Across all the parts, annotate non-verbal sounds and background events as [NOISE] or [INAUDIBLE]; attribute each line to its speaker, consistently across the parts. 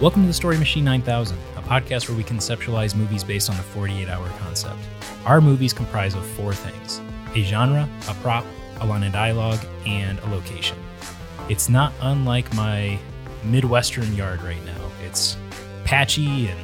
Speaker 1: Welcome to the Story Machine 9000, a podcast where we conceptualize movies based on a 48 hour concept. Our movies comprise of four things a genre, a prop, a line of dialogue, and a location. It's not unlike my Midwestern yard right now. It's patchy and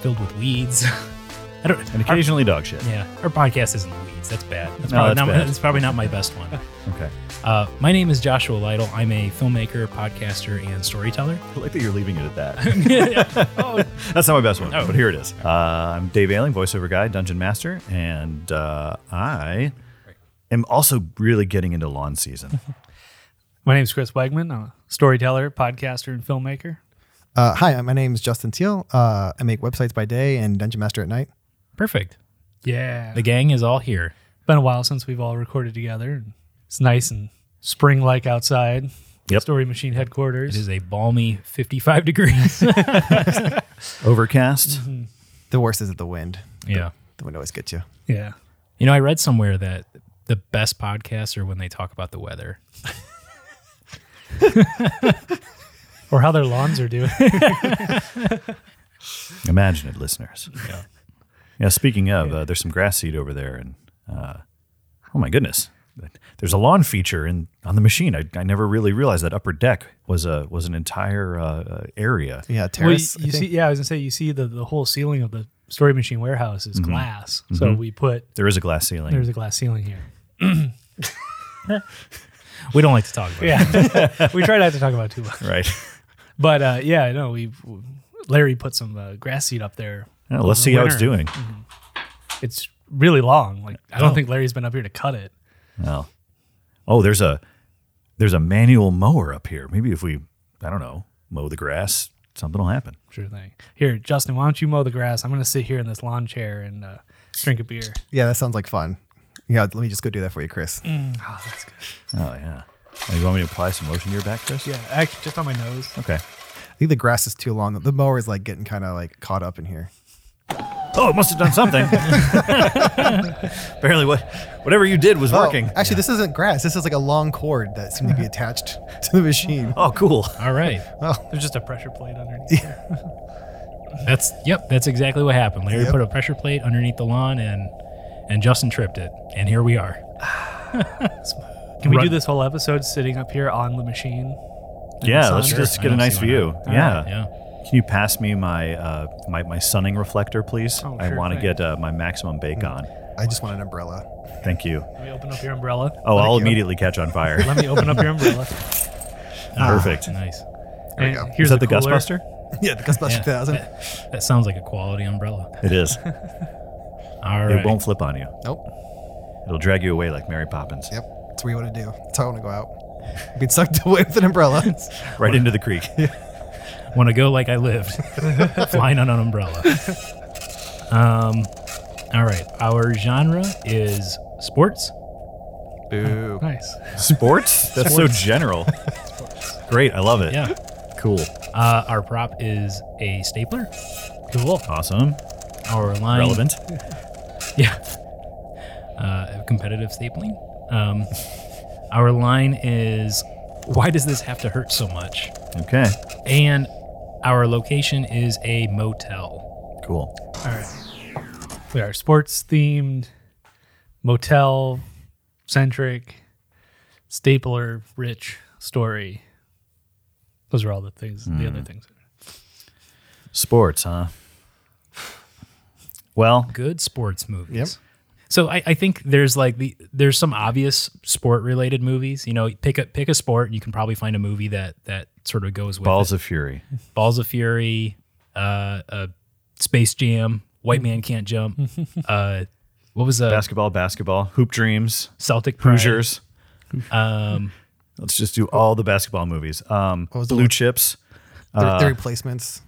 Speaker 1: filled with weeds. [LAUGHS] I don't
Speaker 2: And
Speaker 1: our-
Speaker 2: occasionally dog shit.
Speaker 1: yeah, our podcast isn't weeds. That's bad. That's,
Speaker 2: No,
Speaker 1: probably, not,
Speaker 2: that's bad.
Speaker 1: that's probably not my best
Speaker 2: [LAUGHS]
Speaker 1: one.
Speaker 2: Okay.
Speaker 1: Uh, my name is Joshua Lytle. I'm a filmmaker, podcaster, and
Speaker 2: [LAUGHS]
Speaker 1: storyteller. [LAUGHS]
Speaker 2: I like that you're leaving it at that. [LAUGHS]
Speaker 1: oh,
Speaker 2: That's not my best one,
Speaker 1: Oh.
Speaker 2: but here it is. Uh, I'm Dave Ailing, voiceover guy, dungeon master, and uh, I am also really getting into lawn season.
Speaker 3: My name's Chris Wegman. I'm a storyteller, podcaster, and filmmaker.
Speaker 4: Uh, hi, my name's Justin Teal. Uh, I make websites by day and Dungeon Master at night.
Speaker 1: perfect.
Speaker 3: Yeah.
Speaker 1: The gang is all here.
Speaker 3: Been a while since we've all recorded together. and It's nice and spring like outside.
Speaker 2: Yep.
Speaker 3: Story Machine
Speaker 1: It
Speaker 3: headquarters.
Speaker 1: is a balmy 55
Speaker 2: [LAUGHS]
Speaker 1: degrees.
Speaker 2: Overcast.
Speaker 4: The worst is the wind.
Speaker 1: yeah.
Speaker 4: The wind always gets you.
Speaker 3: Yeah.
Speaker 1: You know, I read somewhere that the best podcasts are when they talk about the weather.
Speaker 3: Or how their lawns are doing.
Speaker 2: Imagine it, listeners.
Speaker 1: Yeah.
Speaker 2: Yeah, speaking of, uh, there's some grass seed over there, and uh, oh my goodness, there's a lawn feature in on the machine. I, I never really realized that upper deck was a was an entire uh, uh, area.
Speaker 4: Yeah,
Speaker 3: well, you,
Speaker 4: terrace. I
Speaker 3: you see,
Speaker 4: think.
Speaker 3: yeah, I was going to say, you see the, the whole ceiling of the Story Machine warehouse is glass. So we put,
Speaker 2: There is a glass ceiling.
Speaker 3: there's a glass ceiling here.
Speaker 1: We don't like to talk about it.
Speaker 3: Yeah. we try not to talk about it too much.
Speaker 2: right. [LAUGHS]
Speaker 3: But uh, yeah, no, we Larry put some uh, grass seed up there
Speaker 2: Yeah, let's see how it's
Speaker 3: Winter.
Speaker 2: doing.
Speaker 3: it's really long. Like I don't
Speaker 1: Oh.
Speaker 3: think Larry's been up here to cut it.
Speaker 2: Oh. Oh, there's a there's a manual mower up here. Maybe if we I don't know, mow the grass, something'll happen.
Speaker 3: Sure thing. Here, Justin, why don't you mow the grass? I'm gonna sit here in this lawn chair and uh, drink a beer.
Speaker 4: yeah, that sounds like fun. Yeah, let me just go do that for you, Chris. Ah,
Speaker 3: Oh, that's good.
Speaker 2: Oh yeah. Oh, you want me to apply some lotion to your back, Chris?
Speaker 3: Yeah, actually, just on my nose.
Speaker 2: Okay.
Speaker 4: I think the grass is too long. The mower is like getting kind of like caught up in here.
Speaker 2: Oh, it must have done something. [LAUGHS] Apparently what whatever you did was working.
Speaker 4: Oh, actually, this isn't grass. This is like a long cord that seemed to
Speaker 3: [LAUGHS]
Speaker 4: be attached to the machine. Oh,
Speaker 2: Oh, cool.
Speaker 1: All right.
Speaker 3: There's just a pressure plate underneath.
Speaker 1: That's yep, that's exactly what happened. Larry
Speaker 4: Yep.
Speaker 1: put a pressure plate underneath the lawn and and Justin tripped it. And here we are.
Speaker 3: Can we
Speaker 1: Run.
Speaker 3: do this whole episode sitting up here on the machine?
Speaker 2: Yeah, let's
Speaker 3: Sure.
Speaker 2: just
Speaker 1: I
Speaker 2: get a
Speaker 1: don't see
Speaker 2: nice
Speaker 1: why
Speaker 2: view.
Speaker 1: not. All
Speaker 2: Yeah.
Speaker 1: right, yeah.
Speaker 2: Can you pass me my uh my, my sunning reflector, please?
Speaker 3: Oh,
Speaker 2: I
Speaker 3: sure
Speaker 2: want to
Speaker 3: thing.
Speaker 2: get uh, my maximum bake on.
Speaker 4: I just want an umbrella. [LAUGHS]
Speaker 2: Thank you.
Speaker 3: Let me open up your umbrella.
Speaker 2: Oh, I'll
Speaker 4: you.
Speaker 2: immediately catch on fire.
Speaker 3: Let me open up
Speaker 2: [LAUGHS]
Speaker 3: your umbrella.
Speaker 2: Perfect.
Speaker 1: Nice.
Speaker 3: And
Speaker 4: go.
Speaker 3: Here's
Speaker 2: Is that the
Speaker 3: cooler.
Speaker 2: Gustbuster?
Speaker 4: yeah, the Ghostbuster
Speaker 1: Yeah.
Speaker 3: [LAUGHS]
Speaker 4: 2000.
Speaker 1: That, that sounds like a quality umbrella.
Speaker 2: It is.
Speaker 1: All
Speaker 2: It
Speaker 1: right.
Speaker 2: won't flip on you.
Speaker 4: Nope.
Speaker 2: It'll drag you away like Mary Poppins,
Speaker 4: Yep. That's what you want to do. That's how I want to go out. Get sucked [LAUGHS] away with
Speaker 3: [LAUGHS]
Speaker 4: an umbrella.
Speaker 2: right into the
Speaker 4: [LAUGHS]
Speaker 2: creek.
Speaker 1: Want to go like I
Speaker 2: [LAUGHS]
Speaker 1: lived, flying on an umbrella. Um, all right. Our genre is sports.
Speaker 4: Boo.
Speaker 3: Nice.
Speaker 2: Sports? That's so
Speaker 4: [LAUGHS]
Speaker 2: general. Great, I love it.
Speaker 1: Yeah.
Speaker 2: Cool.
Speaker 1: Uh, our prop is a stapler. Cool.
Speaker 2: Awesome.
Speaker 1: Our line.
Speaker 2: Relevant.
Speaker 1: [LAUGHS] Yeah. Uh, competitive stapling. Um, our line is why does this have to hurt so much?
Speaker 2: Okay.
Speaker 1: And our location is a motel.
Speaker 2: Cool.
Speaker 3: All right. We are sports themed, motel centric, stapler rich story. Those are all the things, the
Speaker 2: Hmm.
Speaker 3: other things.
Speaker 2: Sports, huh? Well,
Speaker 1: Good sports movies.
Speaker 4: Yep.
Speaker 1: So I, I think there's like the there's some obvious sport related movies. You know, pick a pick a sport, and you can probably find a movie that that sort of goes with
Speaker 2: Balls
Speaker 1: it.
Speaker 2: of Fury.
Speaker 1: Balls of Fury, uh, uh, Space Jam, White Man Can't
Speaker 4: [LAUGHS]
Speaker 1: Jump. uh, what was uh,
Speaker 2: Basketball, basketball, hoop dreams,
Speaker 1: Celtic Pride.
Speaker 2: Hoosiers.
Speaker 1: Um,
Speaker 2: Let's just do all the basketball movies. Um,
Speaker 4: was the
Speaker 2: Blue
Speaker 4: one?
Speaker 2: Chips.
Speaker 4: The- the
Speaker 2: Uh,
Speaker 4: replacements.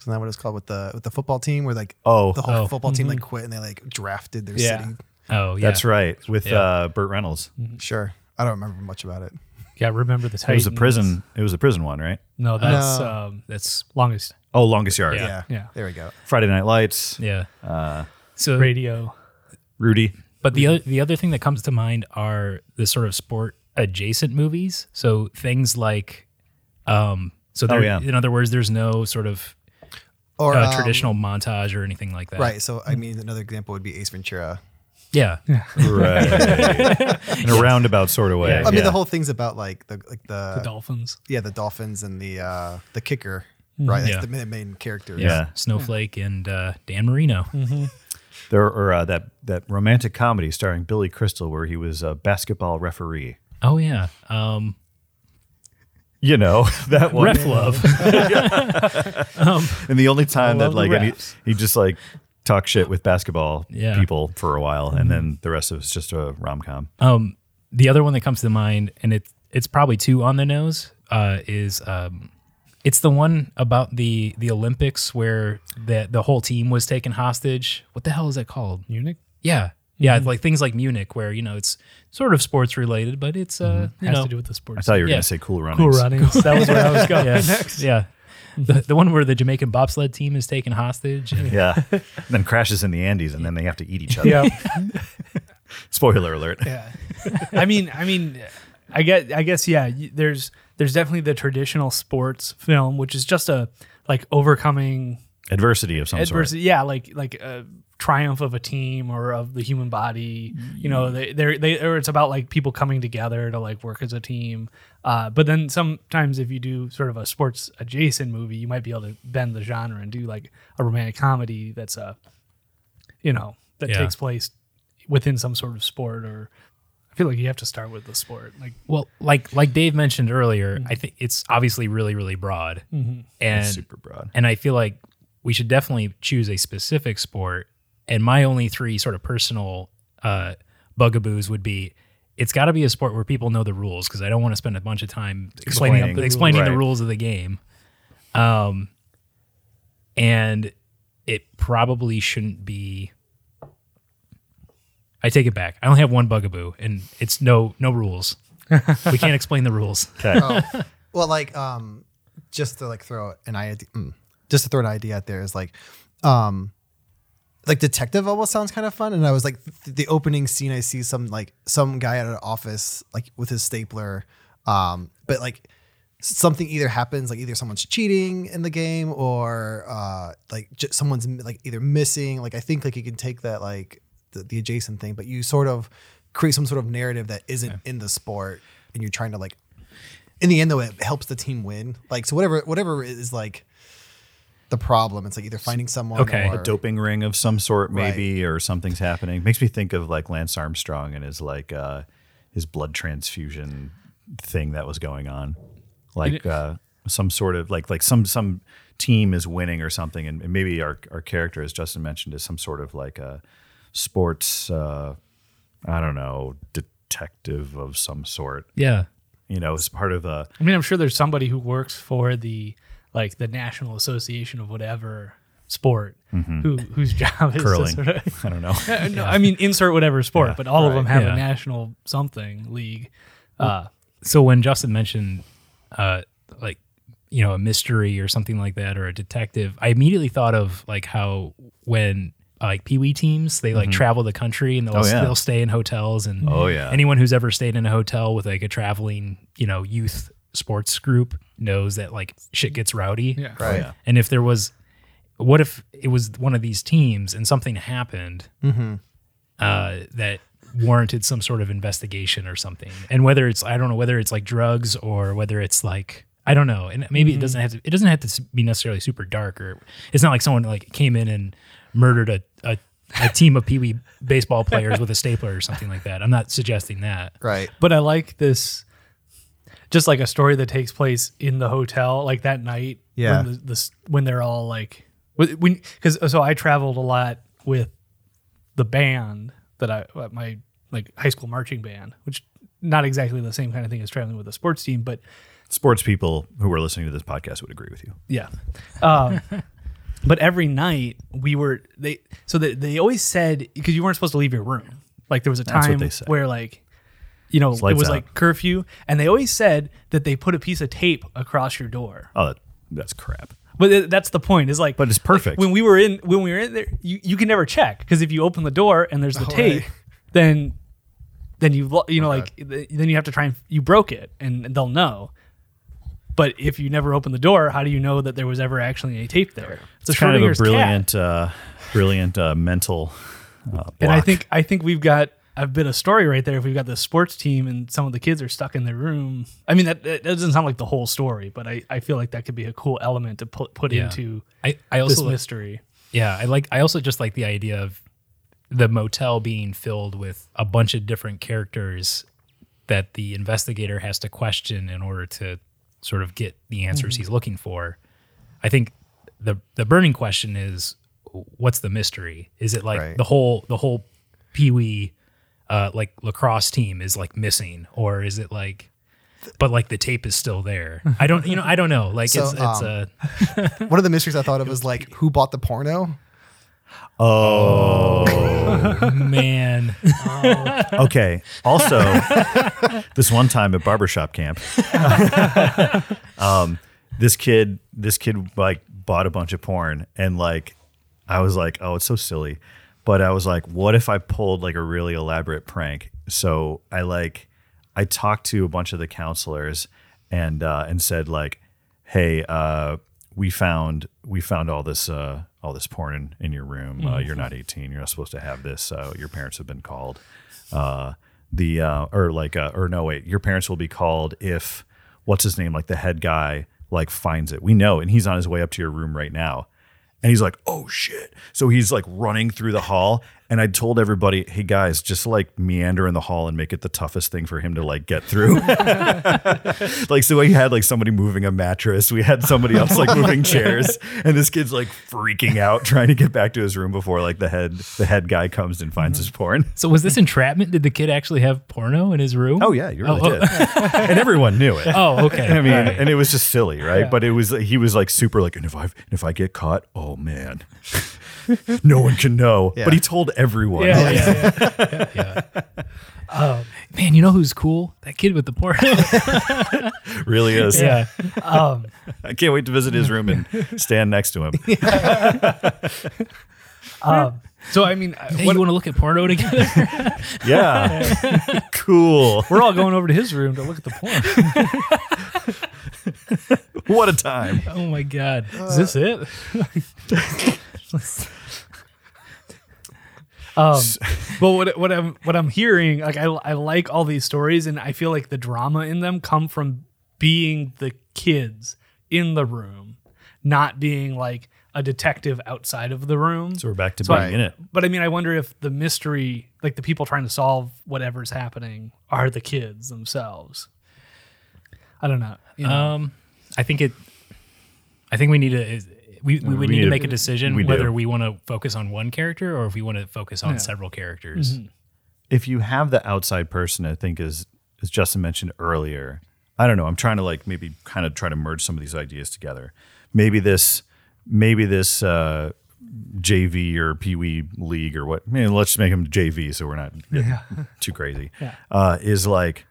Speaker 4: Isn't that what it's called with the with the football team where like
Speaker 2: Oh,
Speaker 4: the whole
Speaker 1: Oh.
Speaker 4: football team like quit and they like drafted their
Speaker 3: Yeah.
Speaker 4: city?
Speaker 1: oh yeah,
Speaker 2: that's right. With
Speaker 1: Yeah.
Speaker 2: uh, Burt Reynolds.
Speaker 4: Sure. I don't remember much about it.
Speaker 3: Yeah, remember the
Speaker 2: It
Speaker 3: Titans.
Speaker 2: was a prison. It was a prison one, right?
Speaker 3: No, that's
Speaker 4: No.
Speaker 3: Um,
Speaker 1: That's
Speaker 3: longest
Speaker 2: Oh, Longest Yard.
Speaker 1: Yeah.
Speaker 4: Yeah.
Speaker 3: Yeah.
Speaker 4: There we go.
Speaker 2: Friday Night Lights.
Speaker 1: yeah. so,
Speaker 3: radio.
Speaker 2: Rudy.
Speaker 1: but the other the other thing that comes to mind are the sort of sport adjacent movies. So things like, um, So,
Speaker 2: Oh,
Speaker 1: there,
Speaker 2: yeah.
Speaker 1: in other words, there's no sort of
Speaker 4: or
Speaker 1: uh,
Speaker 4: um,
Speaker 1: traditional Mm-hmm. montage or anything like that.
Speaker 4: Right. So I mean, another example would be Ace Ventura.
Speaker 1: Yeah.
Speaker 2: right [LAUGHS] in a roundabout sort of way.
Speaker 1: Yeah.
Speaker 4: I mean,
Speaker 2: yeah.
Speaker 4: the whole thing's about like the like the,
Speaker 3: The
Speaker 2: Uh,
Speaker 3: dolphins.
Speaker 4: yeah the dolphins and the uh the kicker. Right. That's
Speaker 1: Mm-hmm. Yeah.
Speaker 4: the main, main characters.
Speaker 2: Yeah.
Speaker 1: Snowflake and uh, Dan Marino.
Speaker 4: Mm.
Speaker 2: there or uh, that that romantic comedy starring Billy Crystal where he was a basketball referee.
Speaker 1: Oh yeah. Um,
Speaker 2: You know [LAUGHS] that one.
Speaker 1: ref
Speaker 2: [LAUGHS]
Speaker 1: love.
Speaker 2: and the only time
Speaker 3: I
Speaker 2: that
Speaker 3: love
Speaker 2: like
Speaker 3: the
Speaker 2: any,
Speaker 3: refs.
Speaker 2: he just like talked shit with basketball
Speaker 1: Yeah.
Speaker 2: people for a while, and then the rest of it's just a rom com.
Speaker 1: Um, the other one that comes to mind, and it's it's probably two on the nose, uh, is um, it's the one about the the Olympics where the the whole team was taken hostage. What the hell is that called?
Speaker 3: Munich?
Speaker 1: Yeah, yeah,
Speaker 3: Mm-hmm.
Speaker 1: like things like Munich, where you know it's sort of sports related, but it's uh, you
Speaker 3: Mm-hmm. Has
Speaker 1: know,
Speaker 3: to do with the
Speaker 2: I
Speaker 3: sports.
Speaker 2: thought you were
Speaker 1: Yeah.
Speaker 2: gonna say Cool Runnings.
Speaker 3: cool runnings. That was
Speaker 2: [LAUGHS]
Speaker 3: where I was going
Speaker 1: yeah, [LAUGHS]
Speaker 3: next.
Speaker 1: yeah.
Speaker 3: Mm-hmm.
Speaker 1: The, the one where the Jamaican bobsled team is taken hostage. and-
Speaker 2: Yeah, and then crashes in the Andes, and then they have to eat each other.
Speaker 3: Yeah.
Speaker 2: Spoiler alert.
Speaker 3: [LAUGHS] yeah. I mean, I mean, I guess, I guess, yeah. y- There's, there's definitely the traditional sports film, which is just a like overcoming
Speaker 2: Adversity of some
Speaker 3: adversity. Yeah, like like a triumph of a team or of the human body. You know, they they they or it's about like people coming together to like work as a team. Uh, but then sometimes if you do sort of a sports adjacent movie, you might be able to bend the genre and do like a romantic comedy that's a, you know, that
Speaker 1: Yeah.
Speaker 3: takes place within some sort of sport or. I feel like you have to start with the sport. Like
Speaker 1: Well, like like Dave mentioned earlier,
Speaker 3: Mm-hmm.
Speaker 1: I think it's obviously really really broad,
Speaker 2: sort.
Speaker 1: and
Speaker 2: Super broad.
Speaker 1: and I feel like we should definitely choose a specific sport. And my only three sort of personal uh, bugaboos would be it's got to be a sport where people know the rules because I don't want to spend a bunch of time explaining
Speaker 2: Explaining.
Speaker 1: explaining the, explaining the
Speaker 2: Right.
Speaker 1: rules of the game. Um, and it probably shouldn't be. I take it back. I only have one bugaboo, and it's no no
Speaker 2: [LAUGHS]
Speaker 1: rules. we can't explain the rules.
Speaker 2: Okay.
Speaker 4: Well, like um, just to like throw an idea, mm, just to throw an idea out there is like, um, like detective almost sounds kind of fun. And I was like, th- the opening scene, I see some like some guy at an office like with his stapler, um, but like something either happens like either someone's cheating in the game or uh like j- someone's like either missing like i think like you can take that like the, the adjacent thing but you sort of create some sort of narrative that isn't in the sport and you're trying to like in the end though it helps the team win like so whatever whatever is like the problem it's like either finding someone
Speaker 1: Okay.
Speaker 4: or,
Speaker 2: a doping ring of some sort, maybe, or something's happening. Makes me think of like Lance Armstrong and his like uh, his blood transfusion thing that was going on, like uh, some sort of like like some some team is winning or something, and, and maybe our our character, as Justin mentioned, is some sort of like a sports, uh, I don't know, detective of some sort.
Speaker 1: Yeah.
Speaker 2: You know, as part of uh, a
Speaker 3: I mean, I'm sure there's somebody who works for the like the National Association of whatever sport
Speaker 1: Mm-hmm.
Speaker 3: who whose [LAUGHS] job is to
Speaker 2: curling.
Speaker 3: sort
Speaker 2: [LAUGHS]
Speaker 3: of
Speaker 2: I don't know.
Speaker 3: Uh, no, I mean insert whatever sport, but all of them have
Speaker 1: yeah.
Speaker 3: a national something league. Uh,
Speaker 1: so when Justin mentioned uh like you know a mystery or something like that or a detective, I immediately thought of like how when uh, like Pee Wee teams, they like travel the country and they'll,
Speaker 2: Mm-hmm. Oh, yeah.
Speaker 1: they'll stay in hotels and
Speaker 2: Oh, yeah.
Speaker 1: anyone who's ever stayed in a hotel with like a traveling you know youth sports group knows that like shit gets rowdy.
Speaker 3: yeah.
Speaker 4: right
Speaker 2: yeah.
Speaker 1: And if there was, what if it was one of these teams and something happened uh, that warranted some sort of investigation or something? And whether it's I don't know whether it's like drugs or whether it's like I don't know. And maybe it doesn't have to. It doesn't have to be necessarily super dark or it's not like someone like came in and murdered a. a a team of pee wee baseball players with a stapler or something like that. I'm not suggesting that.
Speaker 4: right
Speaker 3: But I like this, just like a story that takes place in the hotel, like that night.
Speaker 4: Yeah.
Speaker 3: When, the, the, s- when they're all like, when- when because so I traveled a lot with the band that I uh, my like high school marching band, which not exactly the same kind of thing as traveling with a sports team, but
Speaker 2: Sports people who are listening to this podcast would agree with you.
Speaker 3: Yeah. Um, [LAUGHS] but every night we were they so they, they always said because you weren't supposed to leave your room. Like there was a
Speaker 2: That's what
Speaker 3: time
Speaker 2: they said.
Speaker 3: where like you know
Speaker 2: lights
Speaker 3: it was
Speaker 2: out.
Speaker 3: like curfew and they always said that they put a piece of tape across your door.
Speaker 2: Oh, that, that's crap.
Speaker 3: But th- that's the point is like
Speaker 2: But it's perfect.
Speaker 3: when we were in when we were in there you, you can never check because if you open the door and there's the tape
Speaker 4: right.
Speaker 3: then
Speaker 2: Oh,
Speaker 3: then you lo- you know like th- then you have to try and you broke it and they'll know. But if you never open the door, how do you know that there was ever actually any tape there? It's,
Speaker 2: It's kind of a
Speaker 3: Schrodinger's cat.
Speaker 2: brilliant, uh, brilliant uh, mental. Uh,
Speaker 3: And I
Speaker 2: block.
Speaker 3: think I think we've got a bit of story right there. If we've got the sports team and some of the kids are stuck in their room, I mean that, that doesn't sound like the whole story, but I, I feel like that could be a cool element to put put
Speaker 1: Yeah.
Speaker 3: into
Speaker 1: I, I
Speaker 3: this
Speaker 1: also
Speaker 2: [LAUGHS]
Speaker 3: mystery.
Speaker 1: yeah I like I also just like the idea of the motel being filled with a bunch of different characters that the investigator has to question in order to sort of get the
Speaker 4: Mm-hmm.
Speaker 1: answers he's looking for. I think the the burning question is what's the mystery? Is it like
Speaker 4: Right.
Speaker 1: the whole the whole Pee Wee uh, like lacrosse team is like missing, or is it like? But like the tape is still there. I don't, you know, I don't know. Like
Speaker 4: [LAUGHS] So,
Speaker 1: it's it's
Speaker 4: um,
Speaker 1: a
Speaker 4: One of the mysteries I thought of was like who bought the porno? [LAUGHS]
Speaker 1: man.
Speaker 2: Okay. Also, this one time at barbershop camp, [LAUGHS] um, this kid, this kid like bought a bunch of porn, and like, I was like, oh, it's so silly, but I was like, what if I pulled like a really elaborate prank? So I like, I talked to a bunch of the counselors, and uh, and said like, hey, uh, we found we found all this uh, all this porn in, in your room. Uh, you're not 18. You're not supposed to have this. Uh, your parents have been called. Uh, the uh, or like uh, or no wait, your parents will be called if what's his name like the head guy like finds it. We know, and he's on his way up to your room right now. And he's like, oh shit. So he's like running through the hall. And I told everybody, hey guys, just like meander in the hall and make it the toughest thing for him to like get through. [LAUGHS] like, so we had like somebody moving a mattress, we had somebody else like moving chairs, and this kid's like freaking out trying to get back to his room before like the head the head guy comes and finds his porn.
Speaker 1: So was this entrapment? Did the kid actually have porno in his room?
Speaker 2: Hmm. Oh yeah, you really
Speaker 1: Oh,
Speaker 2: did. and everyone knew it.
Speaker 1: Oh, okay.
Speaker 2: [LAUGHS] I mean,
Speaker 1: All right.
Speaker 2: and it was just silly, right? But it was he was like super like, and if I and if I get caught, oh man, [LAUGHS] no one can know.
Speaker 4: Yeah.
Speaker 2: But he told everyone.
Speaker 1: yeah, yeah, yeah, yeah. Um, man, you know who's cool? That kid with the
Speaker 2: [LAUGHS]
Speaker 1: porno.
Speaker 2: It [LAUGHS] really is.
Speaker 1: yeah.
Speaker 3: Um,
Speaker 2: I can't wait to visit his room and stand next to him.
Speaker 3: um, so I mean,
Speaker 1: Hey,
Speaker 3: what,
Speaker 1: you want to look at porno together? [LAUGHS]
Speaker 2: Yeah, [LAUGHS] cool.
Speaker 3: we're all going over to his room to look at the porn.
Speaker 2: What a time.
Speaker 1: oh my god.
Speaker 3: Is
Speaker 2: Uh,
Speaker 3: this it? um, [LAUGHS] but what what I'm what I'm hearing, like I I like all these stories, and I feel like the drama in them come from being the kids in the room, not being like a detective outside of the room.
Speaker 2: So we're back to
Speaker 3: So
Speaker 2: being
Speaker 3: I-
Speaker 2: in it.
Speaker 3: But I mean, I wonder if the mystery, like the people trying to solve whatever's happening, are the kids themselves. I don't know. You know?
Speaker 1: Um, I think it. I think we need to. is- We, we would need to
Speaker 2: need-
Speaker 1: make a decision
Speaker 2: we do.
Speaker 1: whether we want to focus on one character or if we want to focus on
Speaker 3: Yeah.
Speaker 1: several
Speaker 2: Mm-hmm.
Speaker 1: characters.
Speaker 2: If you have the outside person, I think as as Justin mentioned earlier, I don't know. I'm trying to like maybe kind of try to merge some of these ideas together. Maybe this, maybe this uh, JV or Pee Wee league or what? I mean, let's just make them JV so we're not getting too crazy. Uh, is like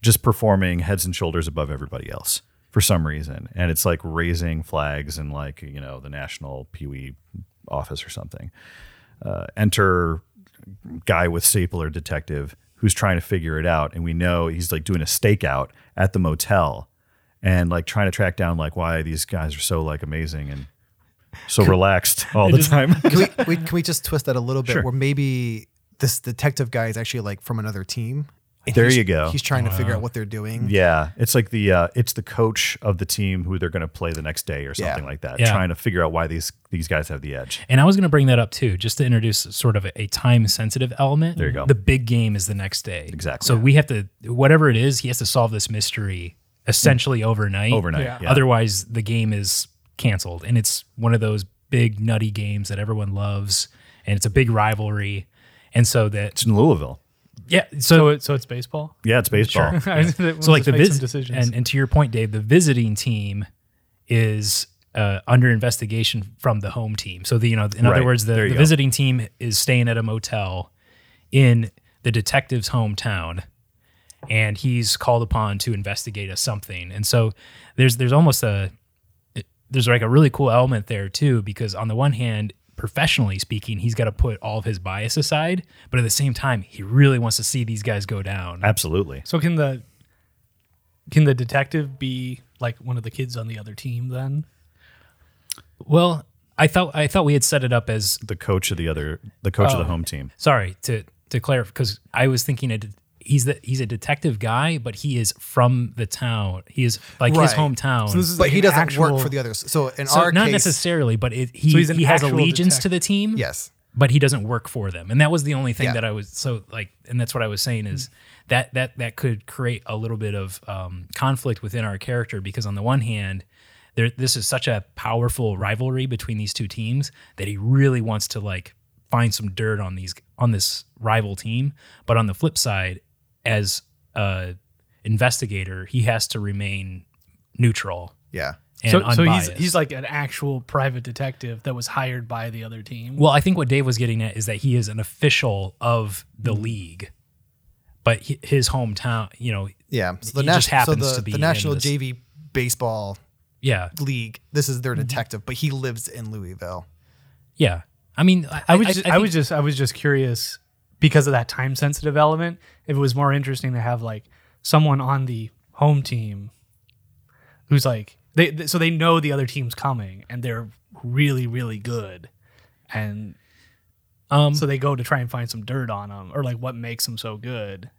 Speaker 2: just performing heads and shoulders above everybody else for some reason, and it's like raising flags and like you know the national Pee Wee office or something. Uh, enter guy with stapler detective who's trying to figure it out, and we know he's like doing a stakeout at the motel and like trying to track down like why these guys are so like amazing and so relaxed all the time. [LAUGHS]
Speaker 4: Can we, we can we just twist that a little bit
Speaker 2: Sure.
Speaker 4: where maybe this detective guy is actually like from another team? and
Speaker 2: There
Speaker 4: he's-
Speaker 2: you go.
Speaker 4: He's trying to figure out what they're doing.
Speaker 2: Yeah, it's like the uh, it's the coach of the team who they're going to play the next day or
Speaker 4: Yeah.
Speaker 2: something like that,
Speaker 1: Yeah.
Speaker 2: trying to figure out why these these guys have the edge.
Speaker 1: And I was going to bring that up too, just to introduce sort of a, a time sensitive element. There
Speaker 2: you go.
Speaker 1: The big game is the next day.
Speaker 2: Exactly.
Speaker 1: So we have to, whatever it is, he has to solve this mystery essentially overnight.
Speaker 2: Overnight,
Speaker 3: Yeah.
Speaker 2: yeah.
Speaker 1: Otherwise, the game is canceled. And it's one of those big, nutty games that everyone loves. And it's a big rivalry. And so that,
Speaker 2: It's in Louisville.
Speaker 1: yeah.
Speaker 3: so
Speaker 1: So,
Speaker 3: it, so it's baseball. [LAUGHS]
Speaker 2: Yeah, it's baseball.
Speaker 1: so like the
Speaker 3: business
Speaker 1: visit, and, and to your point, Dave, the visiting team is uh, under investigation from the home team. So the you know, in other
Speaker 2: Right.
Speaker 1: words, the,
Speaker 2: There you
Speaker 1: the
Speaker 2: go.
Speaker 1: visiting team is staying at a motel in the detective's hometown, and he's called upon to investigate a something. And so there's there's almost a there's like a really cool element there too because on the one hand professionally speaking he's got to put all of his bias aside but at the same time he really wants to see these guys go down
Speaker 2: Absolutely.
Speaker 3: so can the can the detective be like one of the kids on the other team then?
Speaker 1: Well, I thought I thought we had set it up as
Speaker 2: The coach of the other, the coach of the home team.
Speaker 1: sorry to to clarify because I was thinking it. He's the he's a detective guy, but he is from the town. He is like his
Speaker 4: Right.
Speaker 1: hometown.
Speaker 3: So this is
Speaker 4: but
Speaker 3: like
Speaker 4: he
Speaker 3: an
Speaker 4: doesn't
Speaker 3: actual-
Speaker 4: work for the others. So in
Speaker 1: So
Speaker 4: our
Speaker 1: not
Speaker 4: case,
Speaker 1: necessarily, but it, he
Speaker 3: So he's an
Speaker 1: he has
Speaker 3: actual
Speaker 1: allegiance to
Speaker 3: detective.
Speaker 1: the team.
Speaker 4: yes,
Speaker 1: but he doesn't work for them, and that was the only thing
Speaker 4: Yeah.
Speaker 1: that I was so like, and that's what I was saying is that that that could create a little bit of um, conflict within our character because on the one hand. There, this is such a powerful rivalry between these two teams that he really wants to like find some dirt on these on this rival team. But on the flip side, as a investigator, he has to remain neutral
Speaker 4: yeah,
Speaker 1: and
Speaker 3: so, so
Speaker 1: unbiased.
Speaker 3: he's he's like an actual private detective that was hired by the other team.
Speaker 1: Well, I think what Dave was getting at is that he is an official of the
Speaker 3: Mm-hmm.
Speaker 1: league, but hi- his hometown, you know,
Speaker 4: yeah. So the
Speaker 1: He just
Speaker 4: nas- so
Speaker 1: happens
Speaker 4: the,
Speaker 1: to be
Speaker 4: the National
Speaker 1: in this-
Speaker 4: JV Baseball
Speaker 1: yeah,
Speaker 4: League. This is their detective, but he lives in Louisville.
Speaker 1: yeah. I mean, I,
Speaker 3: I was just, I,
Speaker 1: think-
Speaker 3: was just I was just curious because of that time sensitive element. If it was more interesting to have like someone on the home team who's like they, they- so they know the other team's coming and they're really really good and
Speaker 1: um
Speaker 3: so they go to try and find some dirt on them or like what makes them so good.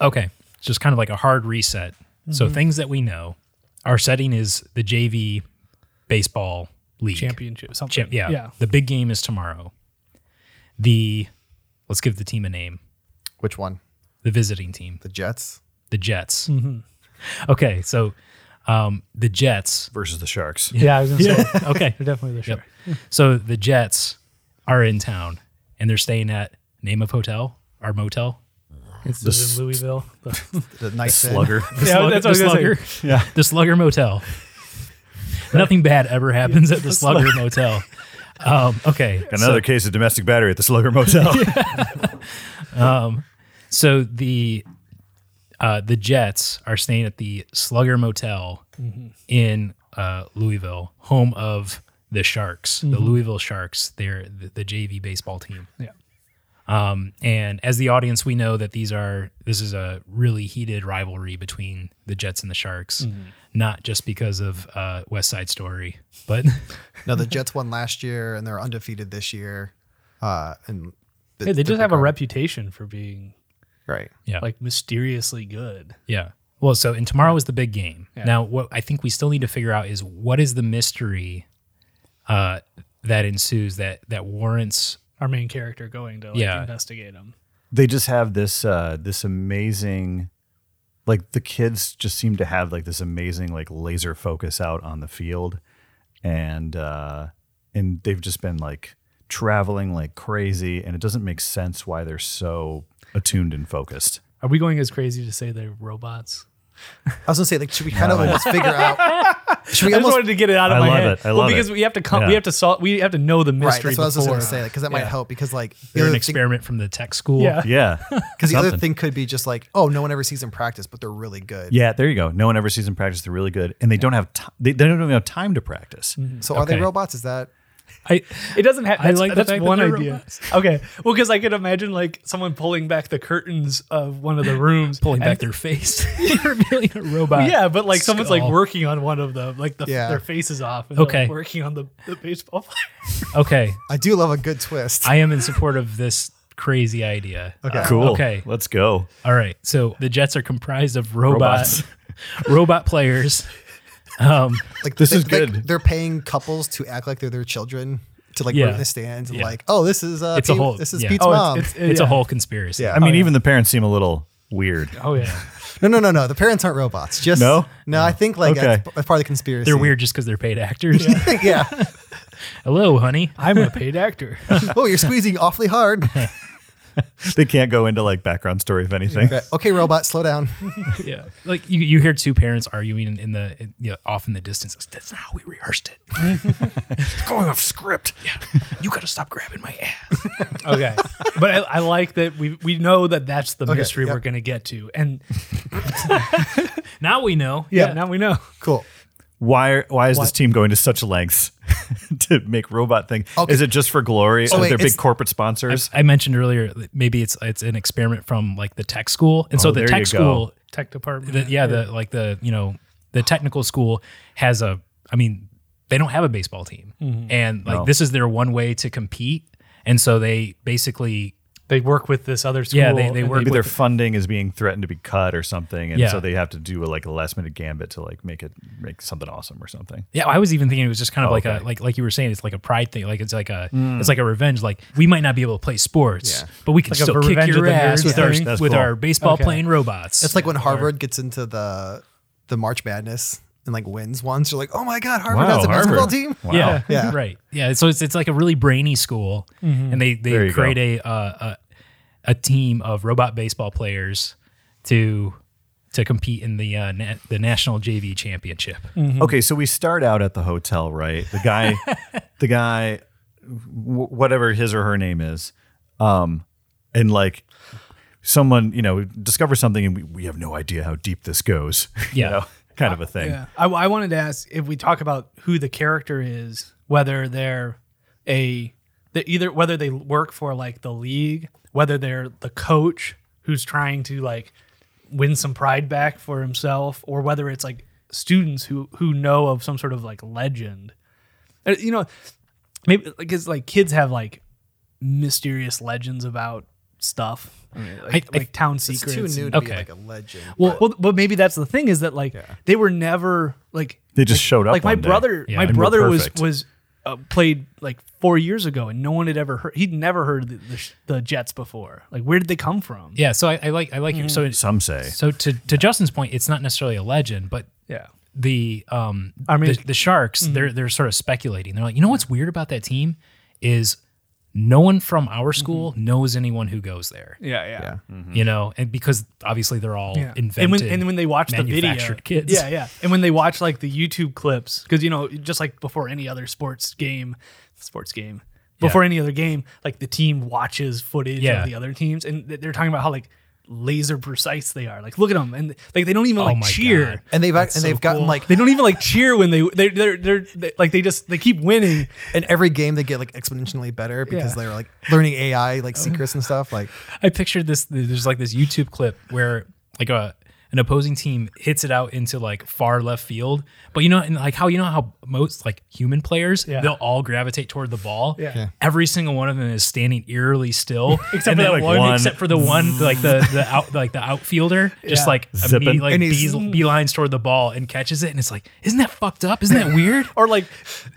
Speaker 1: okay, It's just kind of like a hard reset.
Speaker 3: Mm-hmm.
Speaker 1: So things that we know, our setting is the JV baseball league
Speaker 3: Championship something.
Speaker 1: Champ- yeah,
Speaker 3: Yeah.
Speaker 1: The big game is tomorrow. The let's give the team a name.
Speaker 4: Which one?
Speaker 1: The visiting team,
Speaker 4: The Jets.
Speaker 1: the Jets.
Speaker 3: Mm-hmm.
Speaker 1: Okay, so um the Jets.
Speaker 2: versus the Sharks.
Speaker 3: Yeah, I was gonna say [LAUGHS]
Speaker 1: Okay.
Speaker 3: they're definitely the sure.
Speaker 1: So the Jets are in town and they're staying at name of hotel or motel.
Speaker 3: It's
Speaker 2: This-
Speaker 3: in Louisville.
Speaker 4: The nice
Speaker 2: Slugger.
Speaker 1: The
Speaker 3: Yeah, that's what I was gonna
Speaker 1: Yeah. [LAUGHS] The Slugger
Speaker 3: [LAUGHS]
Speaker 1: Motel. Nothing bad ever happens at the Slugger Motel. Um, okay.
Speaker 2: Another case of domestic battery at the Slugger Motel.
Speaker 1: So the uh, the Jets are staying at the Slugger Motel in uh, Louisville, home of the Sharks, the Louisville Sharks. They're the, the JV baseball team.
Speaker 3: Yeah.
Speaker 1: Um, and as the audience, we know that these are this is a really heated rivalry between the Jets and the Sharks, not just because of uh, West Side Story, but
Speaker 4: No, the Jets won last year and they're undefeated this year. Uh, and the-
Speaker 3: Hey, they
Speaker 4: the
Speaker 3: just have a
Speaker 4: Picard-
Speaker 3: reputation for being
Speaker 4: right.
Speaker 1: yeah,
Speaker 3: like mysteriously good.
Speaker 1: Yeah. Well, so and tomorrow is the big game.
Speaker 3: Yeah.
Speaker 1: Now, what I think we still need to figure out is what is the mystery uh, that ensues that that warrants.
Speaker 3: our main character going to like,
Speaker 1: Yeah.
Speaker 3: investigate him.
Speaker 2: they just have this uh this amazing like the kids just seem to have like this amazing like laser focus out on the field and uh and they've just been like traveling like crazy and it doesn't make sense why they're so attuned and focused
Speaker 3: Are we going as crazy to say they're robots?
Speaker 4: I was gonna say like, should we kind of almost figure out? Should we
Speaker 3: I just
Speaker 4: almost
Speaker 3: wanted to get it out of
Speaker 2: I
Speaker 3: my
Speaker 2: love
Speaker 3: head.
Speaker 2: it. I love
Speaker 3: well, because
Speaker 2: it.
Speaker 3: we have to come, we
Speaker 2: Yeah.
Speaker 3: have to solve, we have to know the
Speaker 4: right?
Speaker 3: mystery
Speaker 4: That's what I was just
Speaker 3: before.
Speaker 4: gonna say because that might help because like the
Speaker 1: They're an
Speaker 4: other thing-
Speaker 1: experiment from the tech school.
Speaker 3: Yeah.
Speaker 2: yeah
Speaker 4: Because the other
Speaker 2: Something.
Speaker 4: thing could be just like, oh, no one ever sees them practice, but they're really good.
Speaker 2: yeah there you go no one ever sees them practice they're really good and they don't have time they, they don't even have time to practice
Speaker 4: So are they
Speaker 1: Okay.
Speaker 4: robots? Is that
Speaker 1: I,
Speaker 3: It doesn't have.
Speaker 1: I
Speaker 3: That's,
Speaker 1: like the
Speaker 3: that's
Speaker 1: fact that
Speaker 3: one
Speaker 1: they're
Speaker 3: idea.
Speaker 1: robots.
Speaker 3: Okay, well, because I could imagine like someone pulling back the curtains of one of the rooms,
Speaker 1: pulling
Speaker 3: and-
Speaker 1: back their [LAUGHS] face, revealing a robot.
Speaker 3: [LAUGHS] Yeah, but like someone's like
Speaker 1: Uh, skull.
Speaker 3: working on one of them, like the,
Speaker 4: Yeah.
Speaker 3: their faces off. And they're, like,
Speaker 1: Okay.
Speaker 3: working on the, the baseball player.
Speaker 1: Okay,
Speaker 4: I do love a good twist.
Speaker 1: I am in support of this crazy idea.
Speaker 4: okay.
Speaker 2: uh, cool
Speaker 1: Okay.
Speaker 2: let's go
Speaker 1: All right. So the Jets are comprised of robots, [LAUGHS] robot players. Um,
Speaker 4: Like
Speaker 2: This
Speaker 4: they-
Speaker 2: is good.
Speaker 4: Like, they're paying couples to act like they're their children to like
Speaker 1: Yeah.
Speaker 4: yeah. in the stands and
Speaker 1: Yeah.
Speaker 4: like, oh, this is uh,
Speaker 1: It's a
Speaker 4: Pete-
Speaker 1: whole-
Speaker 4: this is
Speaker 1: yeah.
Speaker 4: Pete's
Speaker 1: Oh,
Speaker 3: it's-
Speaker 4: mom.
Speaker 3: it's-
Speaker 1: it's
Speaker 3: yeah.
Speaker 1: a whole conspiracy.
Speaker 4: yeah.
Speaker 2: i mean even the parents seem a little weird
Speaker 3: Oh yeah,
Speaker 4: no, no, no, no. The parents aren't robots. Just
Speaker 2: No?
Speaker 4: no. I think like
Speaker 2: Okay.
Speaker 4: that's, that's part of the conspiracy.
Speaker 1: They're weird just because they're paid actors.
Speaker 4: [LAUGHS] yeah.
Speaker 1: [LAUGHS] Hello, honey.
Speaker 3: I'm a paid actor.
Speaker 4: oh, you're squeezing awfully hard.
Speaker 2: they can't go into like background story of anything
Speaker 4: okay, robot, slow down.
Speaker 1: yeah like you, you hear two parents arguing in, in the in, you know, off in the distance It's, that's not how we rehearsed it
Speaker 2: going off script
Speaker 1: you gotta stop grabbing my ass
Speaker 2: [LAUGHS]
Speaker 3: Okay, but I, I like that we we know that that's the mystery
Speaker 4: yep.
Speaker 3: we're gonna get to, and
Speaker 1: [LAUGHS] now we know
Speaker 3: yeah, now we know.
Speaker 2: [LAUGHS]
Speaker 4: Cool.
Speaker 2: why are- why is this team going to such lengths [LAUGHS] to make robot thing?
Speaker 4: Okay.
Speaker 2: Is it just for glory?
Speaker 4: Oh,
Speaker 2: Are
Speaker 4: wait,
Speaker 2: there big
Speaker 4: it's-
Speaker 2: corporate sponsors?
Speaker 1: i mentioned earlier that maybe it's it's an experiment from like the tech school and so
Speaker 2: Oh,
Speaker 1: the
Speaker 2: there
Speaker 1: tech
Speaker 2: you go.
Speaker 1: school
Speaker 3: [LAUGHS] Tech department.
Speaker 1: the, yeah the like the you know the technical school has a I mean, they don't have a baseball team. And like
Speaker 2: No.
Speaker 1: this is their one way to compete. And so they basically
Speaker 3: They work with this other school.
Speaker 1: Yeah, they- they
Speaker 3: and
Speaker 1: work
Speaker 2: Maybe their
Speaker 1: with-
Speaker 2: funding is being threatened to be cut or something, and
Speaker 1: Yeah.
Speaker 2: so they have to do a, like a last minute gambit to like make it make something awesome or something.
Speaker 1: Yeah, I was even thinking it was just kind of
Speaker 2: Oh,
Speaker 1: like a
Speaker 2: okay.
Speaker 1: like like you were saying, it's like a pride thing. Like it's like a it's like a revenge. Like we might not be able to play sports,
Speaker 4: Yeah.
Speaker 1: but we can
Speaker 3: Like a
Speaker 1: still kick
Speaker 3: revenge of
Speaker 1: your
Speaker 3: the
Speaker 1: ass
Speaker 3: nerds
Speaker 1: with
Speaker 2: thing?
Speaker 1: our
Speaker 2: That's
Speaker 1: with
Speaker 2: cool.
Speaker 1: our baseball
Speaker 3: Okay.
Speaker 1: playing robots.
Speaker 4: It's like when Harvard gets into the the March Madness and like wins once. You're like, oh my god, Harvard has a basketball team.
Speaker 2: Wow.
Speaker 1: yeah,
Speaker 4: Yeah.
Speaker 1: [LAUGHS] right. Yeah, so it's it's like a really brainy school,
Speaker 3: Mm-hmm.
Speaker 1: and they
Speaker 2: There
Speaker 1: they
Speaker 2: you go.
Speaker 1: create a, uh, a a team of robot baseball players to to compete in the uh, na- the national JV championship.
Speaker 3: Mm.
Speaker 2: Okay, so we start out at the hotel, right? The guy, the guy, w- whatever his or her name is, um, and like someone, you know, discovers something, and we, we have no idea how deep this goes. [LAUGHS] you
Speaker 1: Yeah.
Speaker 2: know, kind of a thing.
Speaker 3: Yeah. I, I wanted to ask if we talk about who the character is, whether they're a that either whether they work for like the league, whether they're the coach who's trying to like win some pride back for himself, or whether it's like students who who know of some sort of like legend. Uh, You know, maybe because like kids have like mysterious legends about stuff, like,
Speaker 1: I-
Speaker 3: like town
Speaker 4: It's
Speaker 3: secrets.
Speaker 4: too new
Speaker 3: and-
Speaker 4: to
Speaker 1: Okay.
Speaker 4: be like a legend.
Speaker 3: well, well, but maybe that's the thing is that like they were never like
Speaker 2: They just showed up.
Speaker 3: like my
Speaker 2: one day.
Speaker 3: brother.
Speaker 1: Yeah.
Speaker 3: My
Speaker 1: And
Speaker 2: were
Speaker 3: brother was
Speaker 2: perfect.
Speaker 3: was uh, played like four years ago, and no one had ever heard. He'd never heard the, the, sh- the Jets before. Like, where did they come from?
Speaker 1: Yeah, so I, I like I like you. So
Speaker 3: Mm.
Speaker 1: it's,
Speaker 2: Some say
Speaker 1: so to to Justin's point, it's not necessarily a legend, but
Speaker 3: yeah.
Speaker 1: the um
Speaker 3: I mean- mm-hmm.
Speaker 1: the, the sharks they're they're sort of speculating they're like you know what's weird about that team is no one from our school
Speaker 3: Mm-hmm.
Speaker 1: knows anyone who goes there
Speaker 3: Yeah, yeah,
Speaker 1: you know and because obviously they're all
Speaker 3: Yeah.
Speaker 1: invented
Speaker 3: and when and when they watch the video,
Speaker 1: manufactured kids
Speaker 3: yeah, yeah, and when they watch like the YouTube clips, because you know, just like before any other sports game, sports game, before any other game, like the team watches footage
Speaker 1: Yeah.
Speaker 3: of the other teams, and th- they're talking about how like laser precise they are. Like, look at them, and like they don't even
Speaker 1: Oh
Speaker 3: like
Speaker 1: my
Speaker 3: cheer.
Speaker 1: God.
Speaker 4: and they've and they've gotten like
Speaker 3: They don't even like cheer when they they're they're, they're they, like they just they keep winning.
Speaker 4: in every game they get like exponentially better because
Speaker 3: Yeah.
Speaker 4: they're like learning AI like secrets and stuff. Like
Speaker 1: I pictured this. There's like this YouTube clip where like a an opposing team hits it out into like far left field, but you know, and like how you know how most like human players,
Speaker 3: Yeah.
Speaker 1: they'll all gravitate toward the ball.
Speaker 3: Yeah. Yeah.
Speaker 1: Every single one of them is standing eerily still,
Speaker 3: [LAUGHS] Except
Speaker 1: and
Speaker 3: for
Speaker 1: then,
Speaker 3: that
Speaker 1: like,
Speaker 2: one.
Speaker 1: Except for the one, like the
Speaker 3: [LAUGHS]
Speaker 1: the out like the outfielder, just
Speaker 3: Yeah.
Speaker 1: like
Speaker 2: Zipping.
Speaker 1: immediately like
Speaker 4: And he's-
Speaker 1: bee, beelines toward the ball and catches it, and it's like, isn't that fucked up? Isn't that
Speaker 3: [LAUGHS]
Speaker 1: weird?
Speaker 3: Or like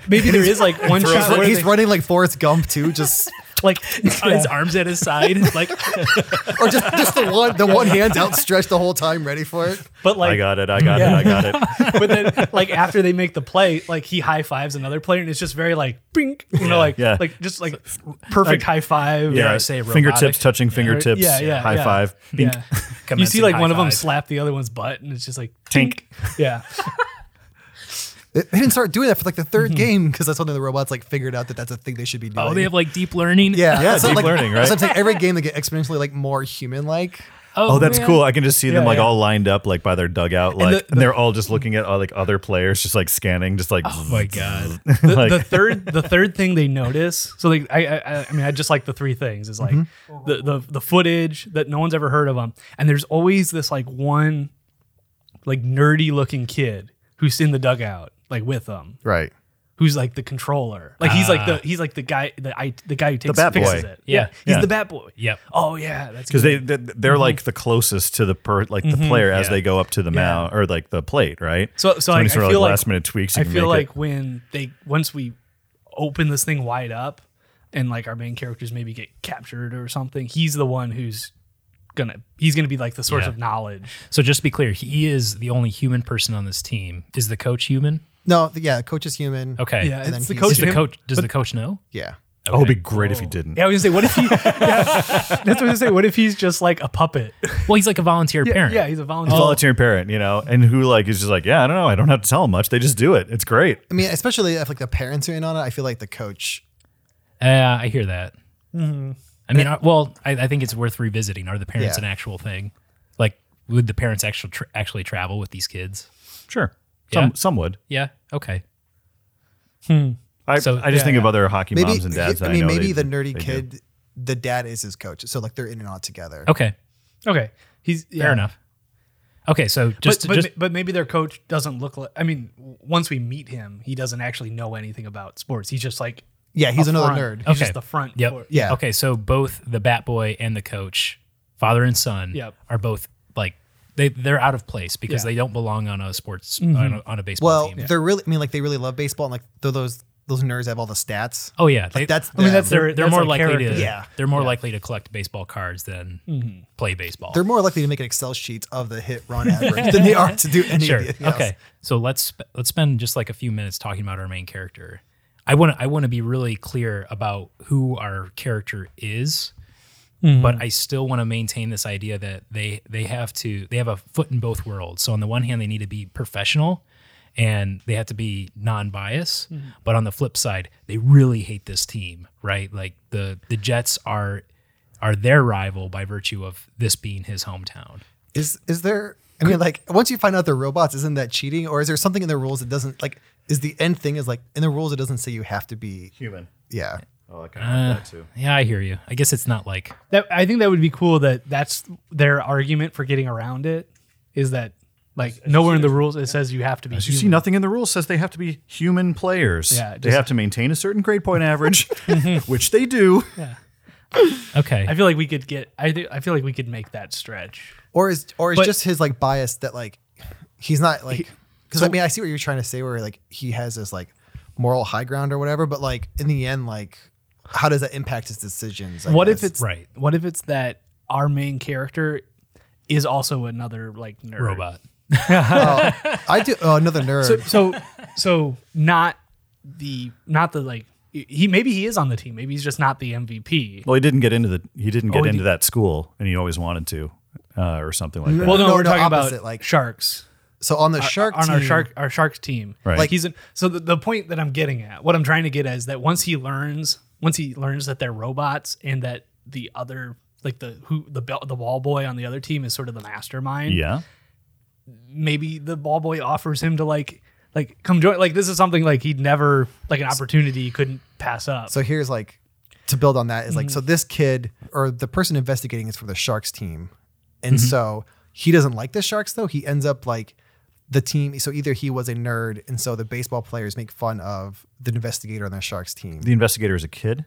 Speaker 3: maybe there is
Speaker 4: [LAUGHS]
Speaker 3: like one
Speaker 4: he's,
Speaker 3: shot
Speaker 4: run-
Speaker 3: where
Speaker 4: he's
Speaker 3: they-
Speaker 4: running like Forrest Gump too, just [LAUGHS]
Speaker 3: like
Speaker 1: His arms at his side, like
Speaker 4: or just just the one the one hand outstretched the whole time, ready for it.
Speaker 3: but like
Speaker 2: I got it. I got
Speaker 3: Yeah.
Speaker 2: it. I got
Speaker 3: [LAUGHS]
Speaker 2: it.
Speaker 3: but then like after they make the play, like he high fives another player, and it's just very like bink, you know, like
Speaker 2: yeah.
Speaker 3: like just like perfect high five.
Speaker 1: Yeah.
Speaker 3: Yeah,
Speaker 1: I say robotic?
Speaker 2: fingertips touching fingertips.
Speaker 3: yeah, yeah.
Speaker 2: High
Speaker 3: yeah.
Speaker 2: five. Bink.
Speaker 3: Yeah.
Speaker 2: [LAUGHS]
Speaker 3: You
Speaker 1: Commencing
Speaker 3: see like
Speaker 1: high
Speaker 3: one of them
Speaker 1: five.
Speaker 3: slap the other one's butt, and it's just like [LAUGHS]
Speaker 2: Tink. [LAUGHS]
Speaker 3: yeah,
Speaker 4: They they didn't start doing that for like the 3rd game because that's when the robots like figured out that that's a thing Mm-hmm. they should be doing.
Speaker 1: Oh, they have like deep learning.
Speaker 4: yeah,
Speaker 2: Yeah,
Speaker 4: So,
Speaker 2: deep
Speaker 4: like,
Speaker 2: learning,
Speaker 4: so
Speaker 2: right?
Speaker 4: I'm saying every game they get exponentially like more human like.
Speaker 2: Oh, that's
Speaker 1: man.
Speaker 2: cool. I can just see them
Speaker 3: Yeah,
Speaker 2: like
Speaker 3: yeah.
Speaker 2: all lined up like by their dugout, like, and,
Speaker 3: the-
Speaker 2: they're all just looking at all, like other players, just like scanning, just like.
Speaker 1: Oh
Speaker 2: [LAUGHS]
Speaker 1: my god.
Speaker 3: the,
Speaker 2: Like-
Speaker 3: the third the third thing they notice so like I, I i mean i just like the three things is like
Speaker 2: Mm-hmm.
Speaker 3: the, the the footage that no one's ever heard of them and there's always this like one like nerdy looking kid who's in the dugout like with them
Speaker 4: Right.
Speaker 3: who's like the controller like he's like the he's like the guy the i the guy who takes
Speaker 2: bat
Speaker 3: fixes
Speaker 2: boy.
Speaker 3: it
Speaker 1: Yeah.
Speaker 3: he's
Speaker 2: Yeah.
Speaker 3: the bat boy
Speaker 1: Yep.
Speaker 3: oh yeah that's
Speaker 2: because
Speaker 3: good.
Speaker 2: they they- they're like the closest to the per like the player as
Speaker 1: Yeah.
Speaker 2: they go up to the
Speaker 3: Mm-hmm. Yeah.
Speaker 2: mound or like the plate, right?
Speaker 3: So- so,
Speaker 2: many
Speaker 3: like, I
Speaker 2: sort of,
Speaker 3: feel like-
Speaker 2: last minute tweaks. You
Speaker 3: I
Speaker 2: can
Speaker 3: feel
Speaker 2: make
Speaker 3: like
Speaker 2: it.
Speaker 3: when they once we open this thing wide up and like our main characters maybe get captured or something, he's the one who's gonna he's gonna be like the source
Speaker 1: Yeah.
Speaker 3: of knowledge.
Speaker 1: So just to be clear, he is the only human person on this team. Is the coach human?
Speaker 4: No, th- yeah, coach is human.
Speaker 1: Okay.
Speaker 3: Yeah,
Speaker 4: And
Speaker 3: it's the
Speaker 4: then
Speaker 3: coach.
Speaker 1: Is the
Speaker 3: him-
Speaker 1: coach does the coach know?
Speaker 4: Yeah.
Speaker 2: oh, it'd be great if he didn't.
Speaker 3: Yeah, I was gonna say, what if he? yeah, that's what I was gonna say. What if he's just like a puppet?
Speaker 1: [LAUGHS]
Speaker 3: Oh,
Speaker 1: Well, he's like a volunteer parent.
Speaker 3: Yeah, he's a volunteer.
Speaker 2: Volunteer parent, you know, and who like is just like, yeah, I don't know, I don't have to tell him much. They just do it. It's great.
Speaker 4: I mean, especially if like the parents are in on it, I feel like the coach.
Speaker 1: Yeah, Uh, I hear that.
Speaker 3: Mm-hmm.
Speaker 1: I mean, uh, well, I, I think it's worth revisiting. Are the parents
Speaker 4: Yeah.
Speaker 1: an actual thing? Like, would the parents actually tr actually travel with these kids?
Speaker 2: Sure, some
Speaker 1: Yeah.
Speaker 2: some would.
Speaker 1: Yeah. Okay.
Speaker 2: I
Speaker 1: So,
Speaker 2: I just
Speaker 1: yeah,
Speaker 2: think of other hockey
Speaker 4: Maybe
Speaker 2: moms and dads.
Speaker 4: I
Speaker 2: that
Speaker 4: mean,
Speaker 2: know
Speaker 4: maybe
Speaker 2: they-
Speaker 4: the
Speaker 2: they
Speaker 4: nerdy
Speaker 2: do.
Speaker 4: kid, the
Speaker 1: Oh,
Speaker 4: dad is his coach, so like they're in and out together.
Speaker 1: Okay.
Speaker 3: Okay, he's yeah.
Speaker 1: Fair enough. Okay, so just
Speaker 3: but, but,
Speaker 1: just
Speaker 3: ma- but maybe their coach doesn't look like. I mean, w- once we meet him, he doesn't actually know anything about sports. He's just like
Speaker 4: Yeah, he's
Speaker 3: a
Speaker 4: another
Speaker 3: front.
Speaker 4: nerd.
Speaker 3: He's
Speaker 1: Okay.
Speaker 3: just the front.
Speaker 1: Yep.
Speaker 3: for-
Speaker 4: Yeah.
Speaker 1: Okay, so both the Bat Boy and the coach, father and son,
Speaker 3: Yep.
Speaker 1: are both like they they're out of place because
Speaker 3: Yeah.
Speaker 1: they don't belong on a sports on, a, on a baseball
Speaker 4: Mm-hmm. Well,
Speaker 1: team.
Speaker 4: they're really. I mean, like they really love baseball, and like they're those those nerds have all the stats.
Speaker 1: Oh yeah, they,
Speaker 4: that's
Speaker 3: I mean,
Speaker 4: them.
Speaker 3: that's their.
Speaker 1: they're, they're
Speaker 3: that's
Speaker 1: more
Speaker 3: their
Speaker 1: likely
Speaker 3: character.
Speaker 1: to
Speaker 4: Yeah.
Speaker 1: they're more likely to collect baseball cards than
Speaker 3: Mm-hmm.
Speaker 1: play baseball.
Speaker 4: They're more likely to make an Excel sheet of the hit run average than they are to do [LAUGHS] any
Speaker 1: sure.
Speaker 4: of it. Yes.
Speaker 1: Okay. So let's sp- let's spend just like a few minutes talking about our main character. I want to I want to be really clear about who our character is,
Speaker 4: Mm-hmm.
Speaker 1: but I still want to maintain this idea that they they have to they have a foot in both worlds. So on the one hand, they need to be professional and they have to be non-bias,
Speaker 4: Mm-hmm.
Speaker 1: but on the flip side, they really hate this team, right? Like the the Jets are are their rival by virtue of this being his hometown.
Speaker 4: Is is there? I mean, like once you find out they're robots, isn't that cheating? Or is there something in the rules that doesn't like? Is the end thing is like in the rules it doesn't say you have to be?
Speaker 2: Human.
Speaker 4: Yeah.
Speaker 2: Oh, I kind of like that too.
Speaker 1: Yeah, I hear you. I guess it's not like
Speaker 3: That, I think that would be cool. That that's their argument for getting around it is that like nowhere in the rules it says you have to be.
Speaker 2: As you see,
Speaker 3: human.
Speaker 2: nothing in the rules says they have to be human players.
Speaker 3: Yeah,
Speaker 2: they
Speaker 3: just-
Speaker 2: have to maintain a certain grade point [LAUGHS] average, which they do.
Speaker 1: okay.
Speaker 3: I feel like we could get. I thi- I feel like we could make that stretch.
Speaker 4: Or is or is
Speaker 3: But-
Speaker 4: just his like bias that like he's not like because I mean I see what you're trying to say where like he has this like moral high ground or whatever, but like in the end like how does that impact his decisions? I
Speaker 3: what if
Speaker 4: guess?
Speaker 3: it's
Speaker 1: Right.
Speaker 3: What if it's that our main character is also another like nerd
Speaker 1: robot.
Speaker 4: I do oh, another
Speaker 3: [LAUGHS]
Speaker 4: nerd?
Speaker 3: So so so not the not the like he maybe he is on the team. Maybe he's just not the MVP.
Speaker 2: Well, he didn't get into the Oh, he didn't get
Speaker 3: he
Speaker 2: into
Speaker 3: did-
Speaker 2: that school, and he always wanted to, uh, or something like that.
Speaker 3: Well, no,
Speaker 4: No,
Speaker 3: we're
Speaker 4: no,
Speaker 3: talking
Speaker 4: opposite,
Speaker 3: about
Speaker 4: like-
Speaker 3: like sharks.
Speaker 4: so on the shark
Speaker 3: uh, on our
Speaker 4: team-
Speaker 3: shark our sharks team.
Speaker 2: Right.
Speaker 3: Like he's in, so the, the point that I'm getting at, what I'm trying to get at is that once he learns, once he learns that they're robots and that the other like the who the bell, the ball boy on the other team is sort of the mastermind.
Speaker 2: yeah,
Speaker 3: Maybe the ball boy offers him to like like come join like this is something like he'd never like an opportunity he couldn't pass up.
Speaker 4: So here's like to build on that is like so
Speaker 3: Mm.
Speaker 4: this kid or the person investigating is for the Sharks team, and
Speaker 3: Mm-hmm.
Speaker 4: so he doesn't like the Sharks though. He ends up like the team. So either he was a nerd, and so the baseball players make fun of the investigator on the Sharks team.
Speaker 2: the investigator is a [LAUGHS] kid.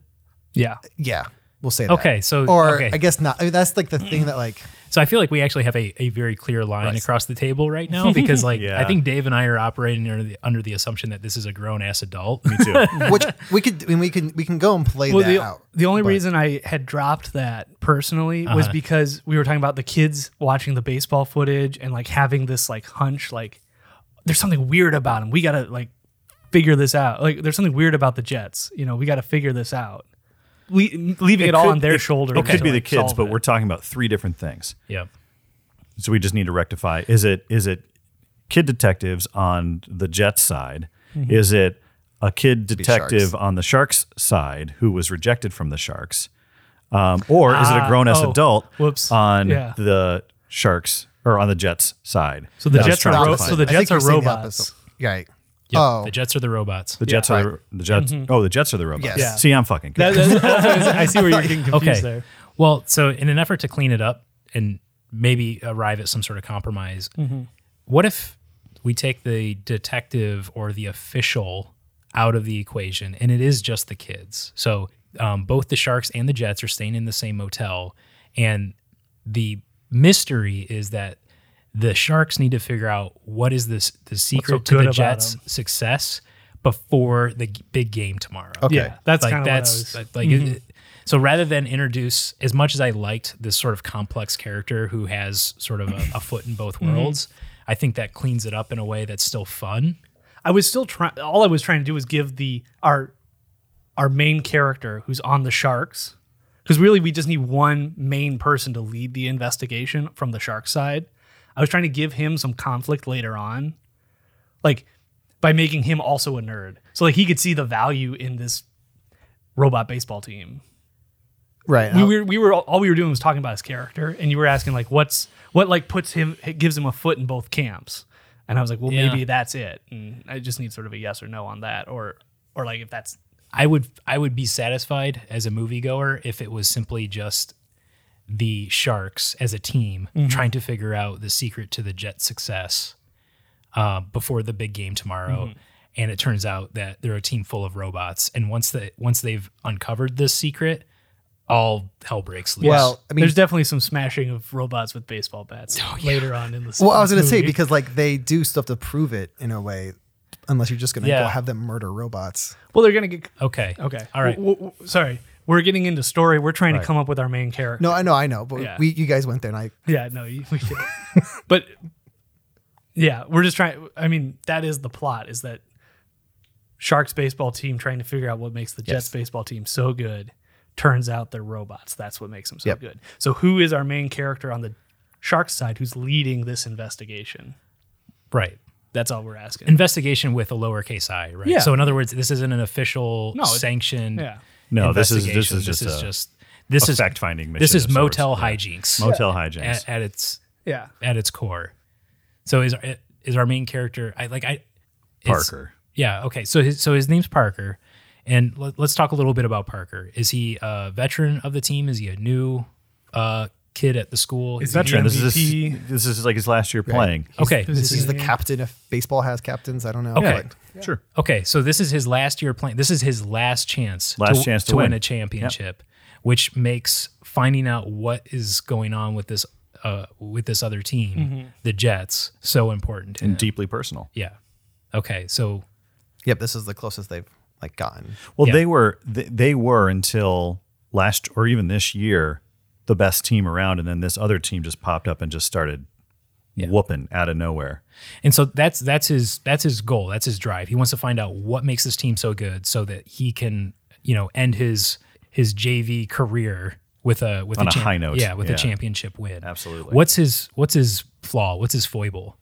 Speaker 3: yeah.
Speaker 4: Yeah, we'll say that.
Speaker 1: Okay, so
Speaker 4: Or
Speaker 1: okay.
Speaker 4: I guess not. I mean, that's like the thing
Speaker 3: [LAUGHS]
Speaker 4: that like
Speaker 1: so I feel like we actually have a, a very clear line across the table right now because like
Speaker 2: Yeah.
Speaker 1: I think Dave and I are operating under the, under the assumption that this is a grown ass adult.
Speaker 2: Me too.
Speaker 4: which we could I mean, we can we can go and play
Speaker 3: Well,
Speaker 4: that
Speaker 3: the,
Speaker 4: out.
Speaker 3: the only reason I had dropped that personally was
Speaker 2: Uh-huh.
Speaker 3: because we were talking about the kids watching the baseball footage and like having this like hunch, like there's something weird about him. We gotta like figure this out. Like there's something weird about the Jets. You know, we gotta figure this out. Le- leaving it, all
Speaker 2: could-
Speaker 3: on their
Speaker 2: it-
Speaker 3: shoulders.
Speaker 2: It could
Speaker 3: to,
Speaker 2: be the
Speaker 3: like,
Speaker 2: kids,
Speaker 3: solve
Speaker 2: but
Speaker 3: it. [LAUGHS]
Speaker 2: we're talking about three different things.
Speaker 1: yeah.
Speaker 2: So we just need to rectify. Is it is it kid detectives on the Jets side?
Speaker 3: Mm-hmm.
Speaker 2: Is it a kid detective
Speaker 4: sharks.
Speaker 2: on the Sharks side who was rejected from the Sharks? Um, or is it a
Speaker 3: Ah,
Speaker 2: grown ass
Speaker 3: oh,
Speaker 2: adult
Speaker 3: whoops.
Speaker 2: on
Speaker 3: Yeah.
Speaker 2: the Sharks or on the Jets side?
Speaker 3: So the
Speaker 2: that is
Speaker 3: Jets are
Speaker 2: trying to
Speaker 3: ro-
Speaker 2: find-
Speaker 3: so the
Speaker 4: I think
Speaker 3: Jets are
Speaker 4: you're saying the
Speaker 3: robots.
Speaker 4: opposite. Right.
Speaker 1: Yep.
Speaker 4: Oh,
Speaker 1: The Jets are the robots.
Speaker 2: the Jets are the, the Jets. Oh, the Jets are the robots.
Speaker 4: Yes. Yeah.
Speaker 2: See, I'm fucking.
Speaker 3: Mm-hmm. That- that's- that's what I was- I see
Speaker 2: [LAUGHS]
Speaker 3: where you're getting confused
Speaker 1: okay.
Speaker 3: there.
Speaker 1: Well, so in an effort to clean it up and maybe arrive at some sort of compromise,
Speaker 3: Mm-hmm.
Speaker 1: what if we take the detective or the official out of the equation and it is just the kids? So um, both the Sharks and the Jets are staying in the same motel. And the mystery is that the Sharks need to figure out what is this the secret
Speaker 3: good
Speaker 1: to the
Speaker 3: about
Speaker 1: Jets'
Speaker 3: them?
Speaker 1: success before the g- big game tomorrow
Speaker 4: okay.
Speaker 3: Yeah, that's
Speaker 1: like
Speaker 3: kind of Mm-hmm.
Speaker 1: that's
Speaker 3: what I was.
Speaker 1: like it- so rather than introduce as much as i liked this sort of complex character who has sort of a, a foot in
Speaker 3: [LAUGHS]
Speaker 1: both
Speaker 3: Mm-hmm.
Speaker 1: worlds i think that cleans it up in a way that's still fun
Speaker 3: I was still trying. All I was trying to do was give the our our main character who's on the sharks, because really we just need one main person to lead the investigation from the shark side. I was trying to give him some conflict later on, like by making him also a nerd, so like he could see the value in this robot baseball team.
Speaker 4: Right.
Speaker 3: We were we were all we were doing was talking about his character, and you were asking like what's what like puts him it gives him a foot in both camps, and I was like, well,
Speaker 1: Yeah.
Speaker 3: maybe that's it, and I just need sort of a yes or no on that, or or like if that's
Speaker 1: i would i would be satisfied as a moviegoer if it was simply just the sharks as a team
Speaker 3: Mm-hmm.
Speaker 1: trying to figure out the secret to the Jets' success uh, before the big game tomorrow.
Speaker 3: Mm-hmm.
Speaker 1: And it turns out that they're a team full of robots. And once the once they've uncovered this secret, all hell breaks loose.
Speaker 4: Well, I mean, Oh,
Speaker 3: there's definitely some smashing of robots with baseball bats later on in the.
Speaker 4: well, I was
Speaker 3: going
Speaker 4: gonna
Speaker 3: to
Speaker 4: say because like they do stuff to prove it in a way, unless you're just gonna
Speaker 1: Yeah.
Speaker 4: go have them murder robots.
Speaker 3: well, they're going to get
Speaker 1: okay,
Speaker 3: okay.
Speaker 1: all right.
Speaker 3: W- w- w- sorry, we're getting into story. We're trying to come up with our main character.
Speaker 4: No, I know, I know, but
Speaker 3: Yeah.
Speaker 4: we you guys went there and I
Speaker 3: Yeah, no, you, we did. but yeah, we're just trying. I mean, that is the plot: is that Sharks baseball team trying to figure out what makes the Jets baseball team so good. Turns out they're robots. That's what makes them so
Speaker 4: Yep.
Speaker 3: good. So, who is our main character on the Sharks side? Who's leading this investigation?
Speaker 1: right.
Speaker 3: That's all we're asking.
Speaker 1: Investigation with a lowercase i, right?
Speaker 3: Yeah.
Speaker 1: So in other words, this isn't an official
Speaker 3: No, it-
Speaker 1: sanctioned.
Speaker 3: yeah,
Speaker 2: No, this is this
Speaker 1: investigation.
Speaker 2: is just
Speaker 1: this is
Speaker 2: a
Speaker 1: just this
Speaker 2: a
Speaker 1: is
Speaker 2: fact-finding mission
Speaker 1: This is
Speaker 2: of sorts,
Speaker 1: motel
Speaker 2: yeah.
Speaker 1: hijinks.
Speaker 2: motel
Speaker 1: at,
Speaker 2: hijinks.
Speaker 1: at its
Speaker 3: yeah.
Speaker 1: at its core. So is is our main character? I like I it's-
Speaker 2: Parker.
Speaker 1: Yeah. Okay. So his so his name's Parker, and let, us talk a little bit about Parker. Is he a veteran of the team? Is he a new uh, kid at the school?
Speaker 3: Is
Speaker 1: he-
Speaker 2: Veteran. This is
Speaker 3: MVP.
Speaker 2: his, this is like his last year playing.
Speaker 1: okay.
Speaker 3: This
Speaker 4: this is
Speaker 3: is-
Speaker 4: the captain if baseball has captains. I don't know.
Speaker 1: Okay.
Speaker 4: but-
Speaker 2: Sure.
Speaker 1: Okay, so this is his last year playing. This is his last chance.
Speaker 2: Last chance to win.
Speaker 1: a championship, which makes finding out what is going on with this uh, with this other team,
Speaker 2: Mm-hmm.
Speaker 1: the Jets, so important. to
Speaker 2: And
Speaker 1: him.
Speaker 2: deeply personal.
Speaker 1: yeah. Okay, so
Speaker 4: Yep, this is the closest they've like gotten.
Speaker 2: Well,
Speaker 1: Yeah.
Speaker 2: they were they, they were until last or even this year the best team around, and then this other team just popped up and just started whooping out of nowhere.
Speaker 1: and so that's that's his that's his goal. That's his drive. He wants to find out what makes this team so good, so that he can you know end his his JV career with a with
Speaker 2: On a
Speaker 1: champ-
Speaker 2: high note.
Speaker 1: Yeah, with
Speaker 2: Yeah.
Speaker 1: a championship win.
Speaker 2: Absolutely.
Speaker 1: What's his what's his flaw? What's his foible?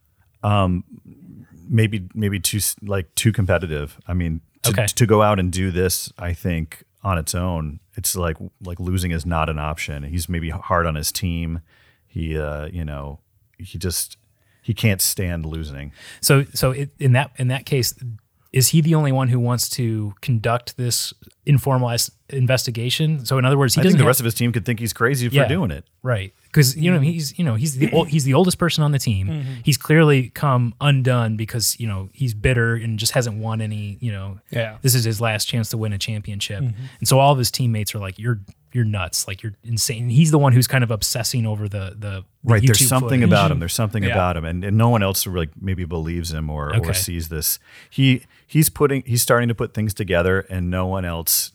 Speaker 2: Maybe maybe too s- like too competitive. I mean, to,
Speaker 1: Okay.
Speaker 2: to go out and do this, I think on its own, it's like like losing is not an option. He's maybe hard on his team. He uh, you know, he just he can't stand losing.
Speaker 1: So so it, in that in that case, is he the only one who wants to conduct this informal as- investigation? So in other words, he
Speaker 2: I
Speaker 1: doesn't
Speaker 2: think the
Speaker 1: have-
Speaker 2: rest of his team could think he's crazy for
Speaker 1: Yeah.
Speaker 2: doing it.
Speaker 1: right because you know
Speaker 2: Mm-hmm.
Speaker 1: he's you know he's the old, he's the oldest person on the team. He's clearly come undone because you know he's bitter and just hasn't won any. You know,
Speaker 3: Yeah.
Speaker 1: this is his last chance to win a championship,
Speaker 2: Mm-hmm.
Speaker 1: and so all of his teammates are like, "You're you're nuts, like you're insane." And he's the one who's kind of obsessing over the the, the
Speaker 2: right
Speaker 1: YouTube
Speaker 2: there's something
Speaker 1: footage.
Speaker 2: about him there's something
Speaker 3: Yeah.
Speaker 2: about him and, and no one else really maybe believes him or,
Speaker 1: Okay.
Speaker 2: or sees this he he's putting he's starting to put things together and no one else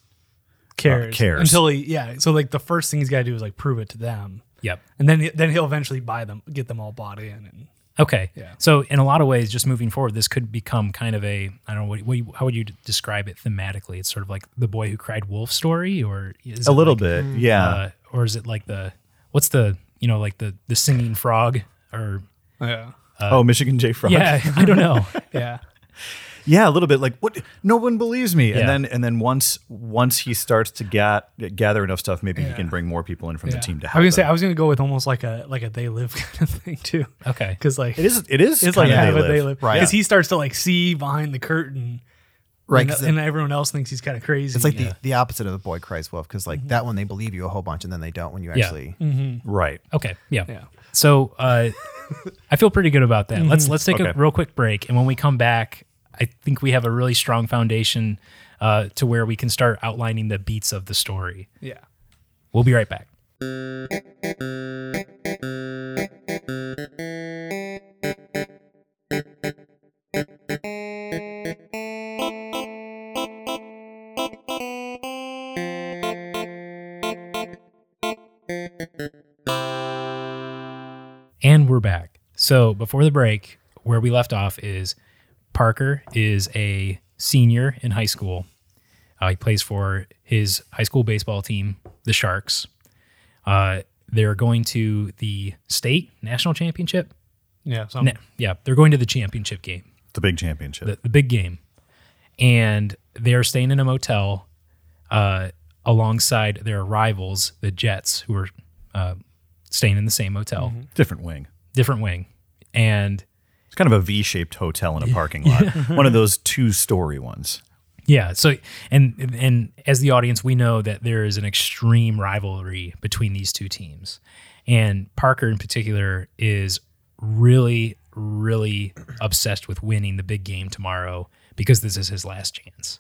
Speaker 3: Cares.
Speaker 2: cares.
Speaker 3: until he yeah. So like the first thing he's got to do is like prove it to them,
Speaker 1: Yep.
Speaker 3: and then then he'll eventually buy them, get them all bought in, and
Speaker 1: Okay.
Speaker 3: Yeah.
Speaker 1: So in a lot of ways, just moving forward, this could become kind of a I don't know what, what you- how would you describe it thematically? It's sort of like the boy who cried wolf story, or is
Speaker 2: a
Speaker 1: it
Speaker 2: little
Speaker 1: like,
Speaker 2: bit yeah
Speaker 1: uh, or is it like the what's the you know like the the singing frog or
Speaker 3: yeah.
Speaker 2: oh michigan j frog
Speaker 1: yeah [LAUGHS] I don't know
Speaker 3: yeah.
Speaker 2: Yeah, a little bit like what no one believes me
Speaker 1: Yeah.
Speaker 2: and then and then once once he starts to get gather enough stuff maybe he
Speaker 3: Yeah.
Speaker 2: can bring more people in from the team to
Speaker 3: I
Speaker 2: help
Speaker 3: was gonna say
Speaker 2: him.
Speaker 3: I was gonna go with almost like a like a they live [LAUGHS] kind of thing too.
Speaker 1: okay
Speaker 3: Because like
Speaker 2: it is it is
Speaker 3: it's like
Speaker 2: kinda
Speaker 3: kind of a they live
Speaker 4: Right.
Speaker 3: Because he starts to like see behind the curtain,
Speaker 4: Right,
Speaker 3: And,
Speaker 4: 'cause
Speaker 3: and everyone else thinks he's kind of crazy.
Speaker 4: It's like the, the opposite of the boy cries wolf because
Speaker 3: Mm-hmm.
Speaker 4: like that one they believe you a whole bunch and then they don't when you
Speaker 1: Yeah.
Speaker 4: actually.
Speaker 3: Mm.
Speaker 2: right
Speaker 1: okay yeah
Speaker 3: yeah.
Speaker 1: so uh, I feel pretty good about that. Let's let's take a
Speaker 2: Okay.
Speaker 1: real quick break, and when we come back, I think we have a really strong foundation uh, to where we can start outlining the beats of the story.
Speaker 3: yeah.
Speaker 1: We'll be right back. And we're back. So before the break, where we left off is Parker is a senior in high school. Uh, he plays for his high school baseball team, the Sharks. Uh, they're going to the state national championship.
Speaker 3: Yeah. So
Speaker 1: Na- yeah, they're going to the championship game
Speaker 2: the big championship
Speaker 1: the, the big game, and they're staying in a motel uh, alongside their rivals, the Jets, who are uh, staying in the same hotel,
Speaker 2: different wing
Speaker 1: different wing. And
Speaker 2: it's kind of a V-shaped hotel in a parking lot one of those two-story ones
Speaker 1: Yeah. So, and and as the audience, we know that there is an extreme rivalry between these two teams, and Parker in particular is really, really obsessed with winning the big game tomorrow because this is his last chance.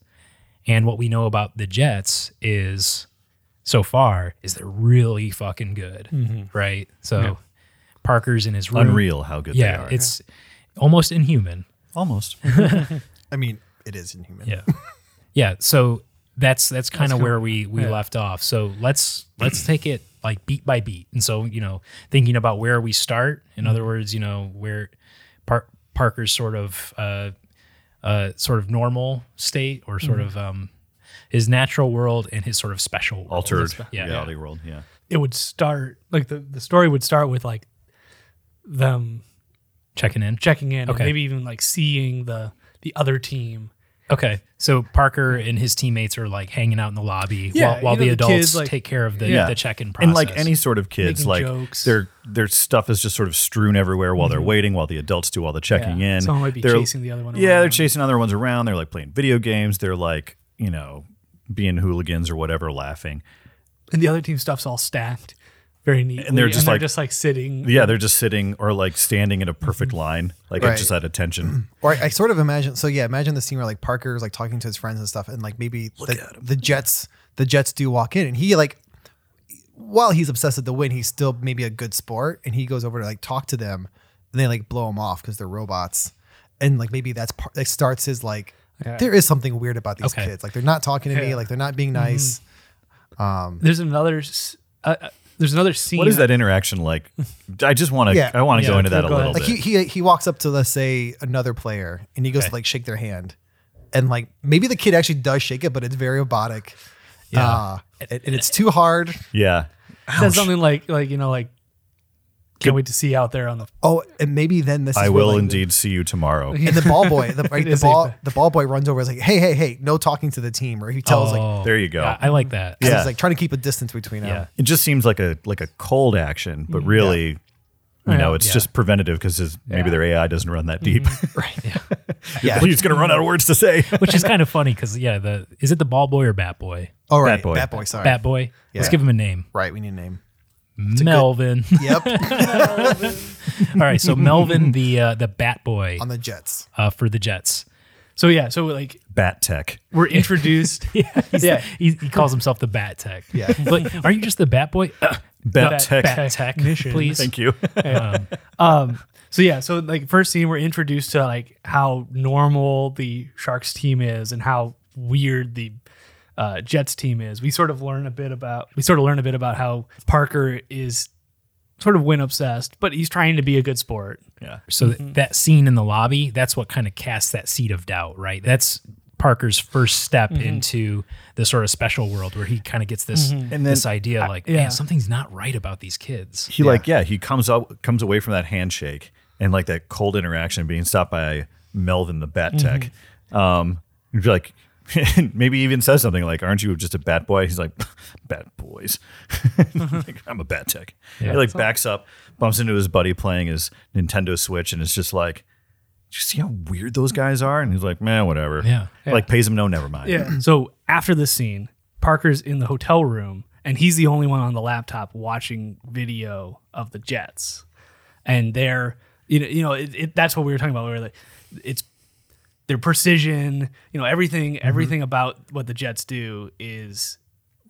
Speaker 1: And what we know about the Jets is, so far, is they're really fucking good, right? So, Parker's in his room.
Speaker 2: Unreal how good they
Speaker 1: Yeah,
Speaker 2: are.
Speaker 1: it's almost inhuman.
Speaker 3: [LAUGHS]
Speaker 2: almost.
Speaker 4: I mean, it is inhuman.
Speaker 1: Yeah. [LAUGHS] yeah. So that's that's kind of where we we left off. So let's let's take it like beat by beat. And so, you know, thinking about where we start, in other words, you know, where Par- Parker's sort of uh uh sort of normal state or sort of um his natural world and his sort of special world.
Speaker 2: Altered
Speaker 1: Yeah.
Speaker 2: reality world. Yeah.
Speaker 3: It would start like the, the story would start with like them
Speaker 1: Checking in.
Speaker 3: checking in, and
Speaker 1: Okay.
Speaker 3: maybe even like seeing the the other team.
Speaker 1: Okay. So Parker and his teammates are like hanging out in the lobby
Speaker 3: Yeah,
Speaker 1: while, while
Speaker 3: you know,
Speaker 1: the
Speaker 3: the
Speaker 1: adults
Speaker 3: kids, like-
Speaker 1: take care of the, the check-in process.
Speaker 2: And like any sort of kids,
Speaker 3: Making
Speaker 2: like
Speaker 3: jokes. Mm-hmm.
Speaker 2: their their stuff is just sort of strewn everywhere while they're waiting, while the adults do all the checking
Speaker 3: Yeah.
Speaker 2: in.
Speaker 3: Someone might be
Speaker 2: They're-
Speaker 3: chasing the other one
Speaker 2: Yeah, they're
Speaker 3: around.
Speaker 2: chasing other ones around. They're like playing video games. They're like you know being hooligans or whatever, laughing.
Speaker 3: And the other team stuff's all stacked very neatly.
Speaker 2: they're just like-
Speaker 3: sitting.
Speaker 2: Yeah, they're just sitting or like standing in a perfect
Speaker 3: Mm-hmm.
Speaker 2: line, like
Speaker 4: Right.
Speaker 2: just at
Speaker 3: [CLEARS THROAT]
Speaker 2: attention.
Speaker 4: Or I, I sort of imagine. So yeah, imagine the scene where like Parker's like talking to his friends and stuff, and like maybe the, the Jets, the Jets do walk in, and he like, while he's obsessed with the win, he's still maybe a good sport, and he goes over to like talk to them, and they like blow him off because they're robots, and like maybe that's part like starts his like.
Speaker 3: Yeah.
Speaker 4: There is something weird about these
Speaker 1: Okay.
Speaker 4: kids. Like they're not talking to me.
Speaker 3: Yeah. Mm-hmm.
Speaker 4: Like they're not being nice.
Speaker 3: There's another s- uh, uh, there's another scene.
Speaker 2: What is that interaction like? I just want to.
Speaker 4: Yeah.
Speaker 2: I want to go
Speaker 3: Yeah,
Speaker 2: into that a
Speaker 3: go
Speaker 2: little
Speaker 3: ahead.
Speaker 4: Like
Speaker 2: bit.
Speaker 4: he, he he walks up to let's say another player, and he goes
Speaker 1: Okay.
Speaker 4: to like shake their hand, and like maybe the kid actually does shake it, but it's very robotic.
Speaker 1: Yeah.
Speaker 4: Uh, and and it's too hard.
Speaker 2: yeah.
Speaker 3: Says something like like you know like can't wait to see you out there on the
Speaker 4: Oh, and maybe then this.
Speaker 2: I
Speaker 4: is where,
Speaker 2: will
Speaker 4: like,
Speaker 2: indeed see you tomorrow.
Speaker 4: The, and the ball boy,
Speaker 2: [LAUGHS]
Speaker 4: the, right, the
Speaker 3: is
Speaker 4: ball,
Speaker 3: safe.
Speaker 4: the ball boy runs over. Is like, hey, hey, hey, no talking to the team, or he tells like,
Speaker 1: Oh,
Speaker 2: There you go.
Speaker 1: yeah, I like that.
Speaker 4: he's
Speaker 2: yeah.
Speaker 4: like trying to keep a distance between them.
Speaker 1: Yeah.
Speaker 2: it just seems like a like a cold action, but really, you know,
Speaker 3: Yeah.
Speaker 2: it's
Speaker 1: Yeah.
Speaker 2: just preventative because maybe their AI doesn't run that deep. [LAUGHS]
Speaker 4: Right. Yeah.
Speaker 2: Yeah, he's gonna run out of words to say.
Speaker 1: which is kind of funny because yeah, the is it the ball boy or bat boy?
Speaker 4: All right. Bat
Speaker 2: boy.
Speaker 4: boy. Sorry.
Speaker 1: Bat boy. Let's
Speaker 4: Yeah.
Speaker 1: give him a name.
Speaker 4: Right. We need a name.
Speaker 1: Melvin. [LAUGHS]
Speaker 4: Yep.
Speaker 1: All right, so Melvin, the uh, the bat boy
Speaker 4: on the Jets.
Speaker 1: uh, for the Jets.
Speaker 3: so yeah so like
Speaker 2: Bat tech.
Speaker 3: we're introduced
Speaker 1: [LAUGHS] Yeah, he's-
Speaker 3: Yeah.
Speaker 1: he, he calls himself the Bat Tech.
Speaker 4: Yeah.
Speaker 1: but are you just the Bat Boy? Uh,
Speaker 2: Bat,
Speaker 3: Bat
Speaker 2: tech.
Speaker 1: bat Tech,
Speaker 3: Technician.
Speaker 1: please.
Speaker 2: Thank you.
Speaker 3: um so yeah so like first scene we're introduced to like how normal the sharks team is and how weird the uh, jets team is we sort of learn a bit about we sort of learn a bit about how parker is sort of win obsessed but he's trying to be a good sport
Speaker 2: yeah.
Speaker 1: So th- that scene in the lobby, that's what kind of casts that seed of doubt, right? That's Parker's first step into the sort of special world where he kind of gets this
Speaker 2: And
Speaker 1: this
Speaker 2: then-
Speaker 1: idea like,
Speaker 3: yeah.
Speaker 1: man, something's not right about these kids.
Speaker 2: He like yeah. He comes out comes away from that handshake and like that cold interaction being stopped by Melvin the Bat Tech. Um, you'd be like. [LAUGHS] Maybe even says something like, "Aren't you just a bat boy?" He's like, [LAUGHS] "Bat boys." [LAUGHS] Like, I'm a bat tech.
Speaker 1: Yeah.
Speaker 2: He like backs up, bumps into his buddy playing his Nintendo Switch, and it's just like, "Do you see how weird those guys are?" And he's like, "Man, whatever."
Speaker 1: Yeah.
Speaker 2: Like pays him no, never mind.
Speaker 3: Yeah. [CLEARS THROAT] so after this scene, Parker's in the hotel room and he's the only one on the laptop watching video of the Jets. And they're, you know, you know, it, it, that's what we were talking about. We were like, it's their precision, you know, everything,
Speaker 2: Mm-hmm.
Speaker 3: everything about what the Jets do is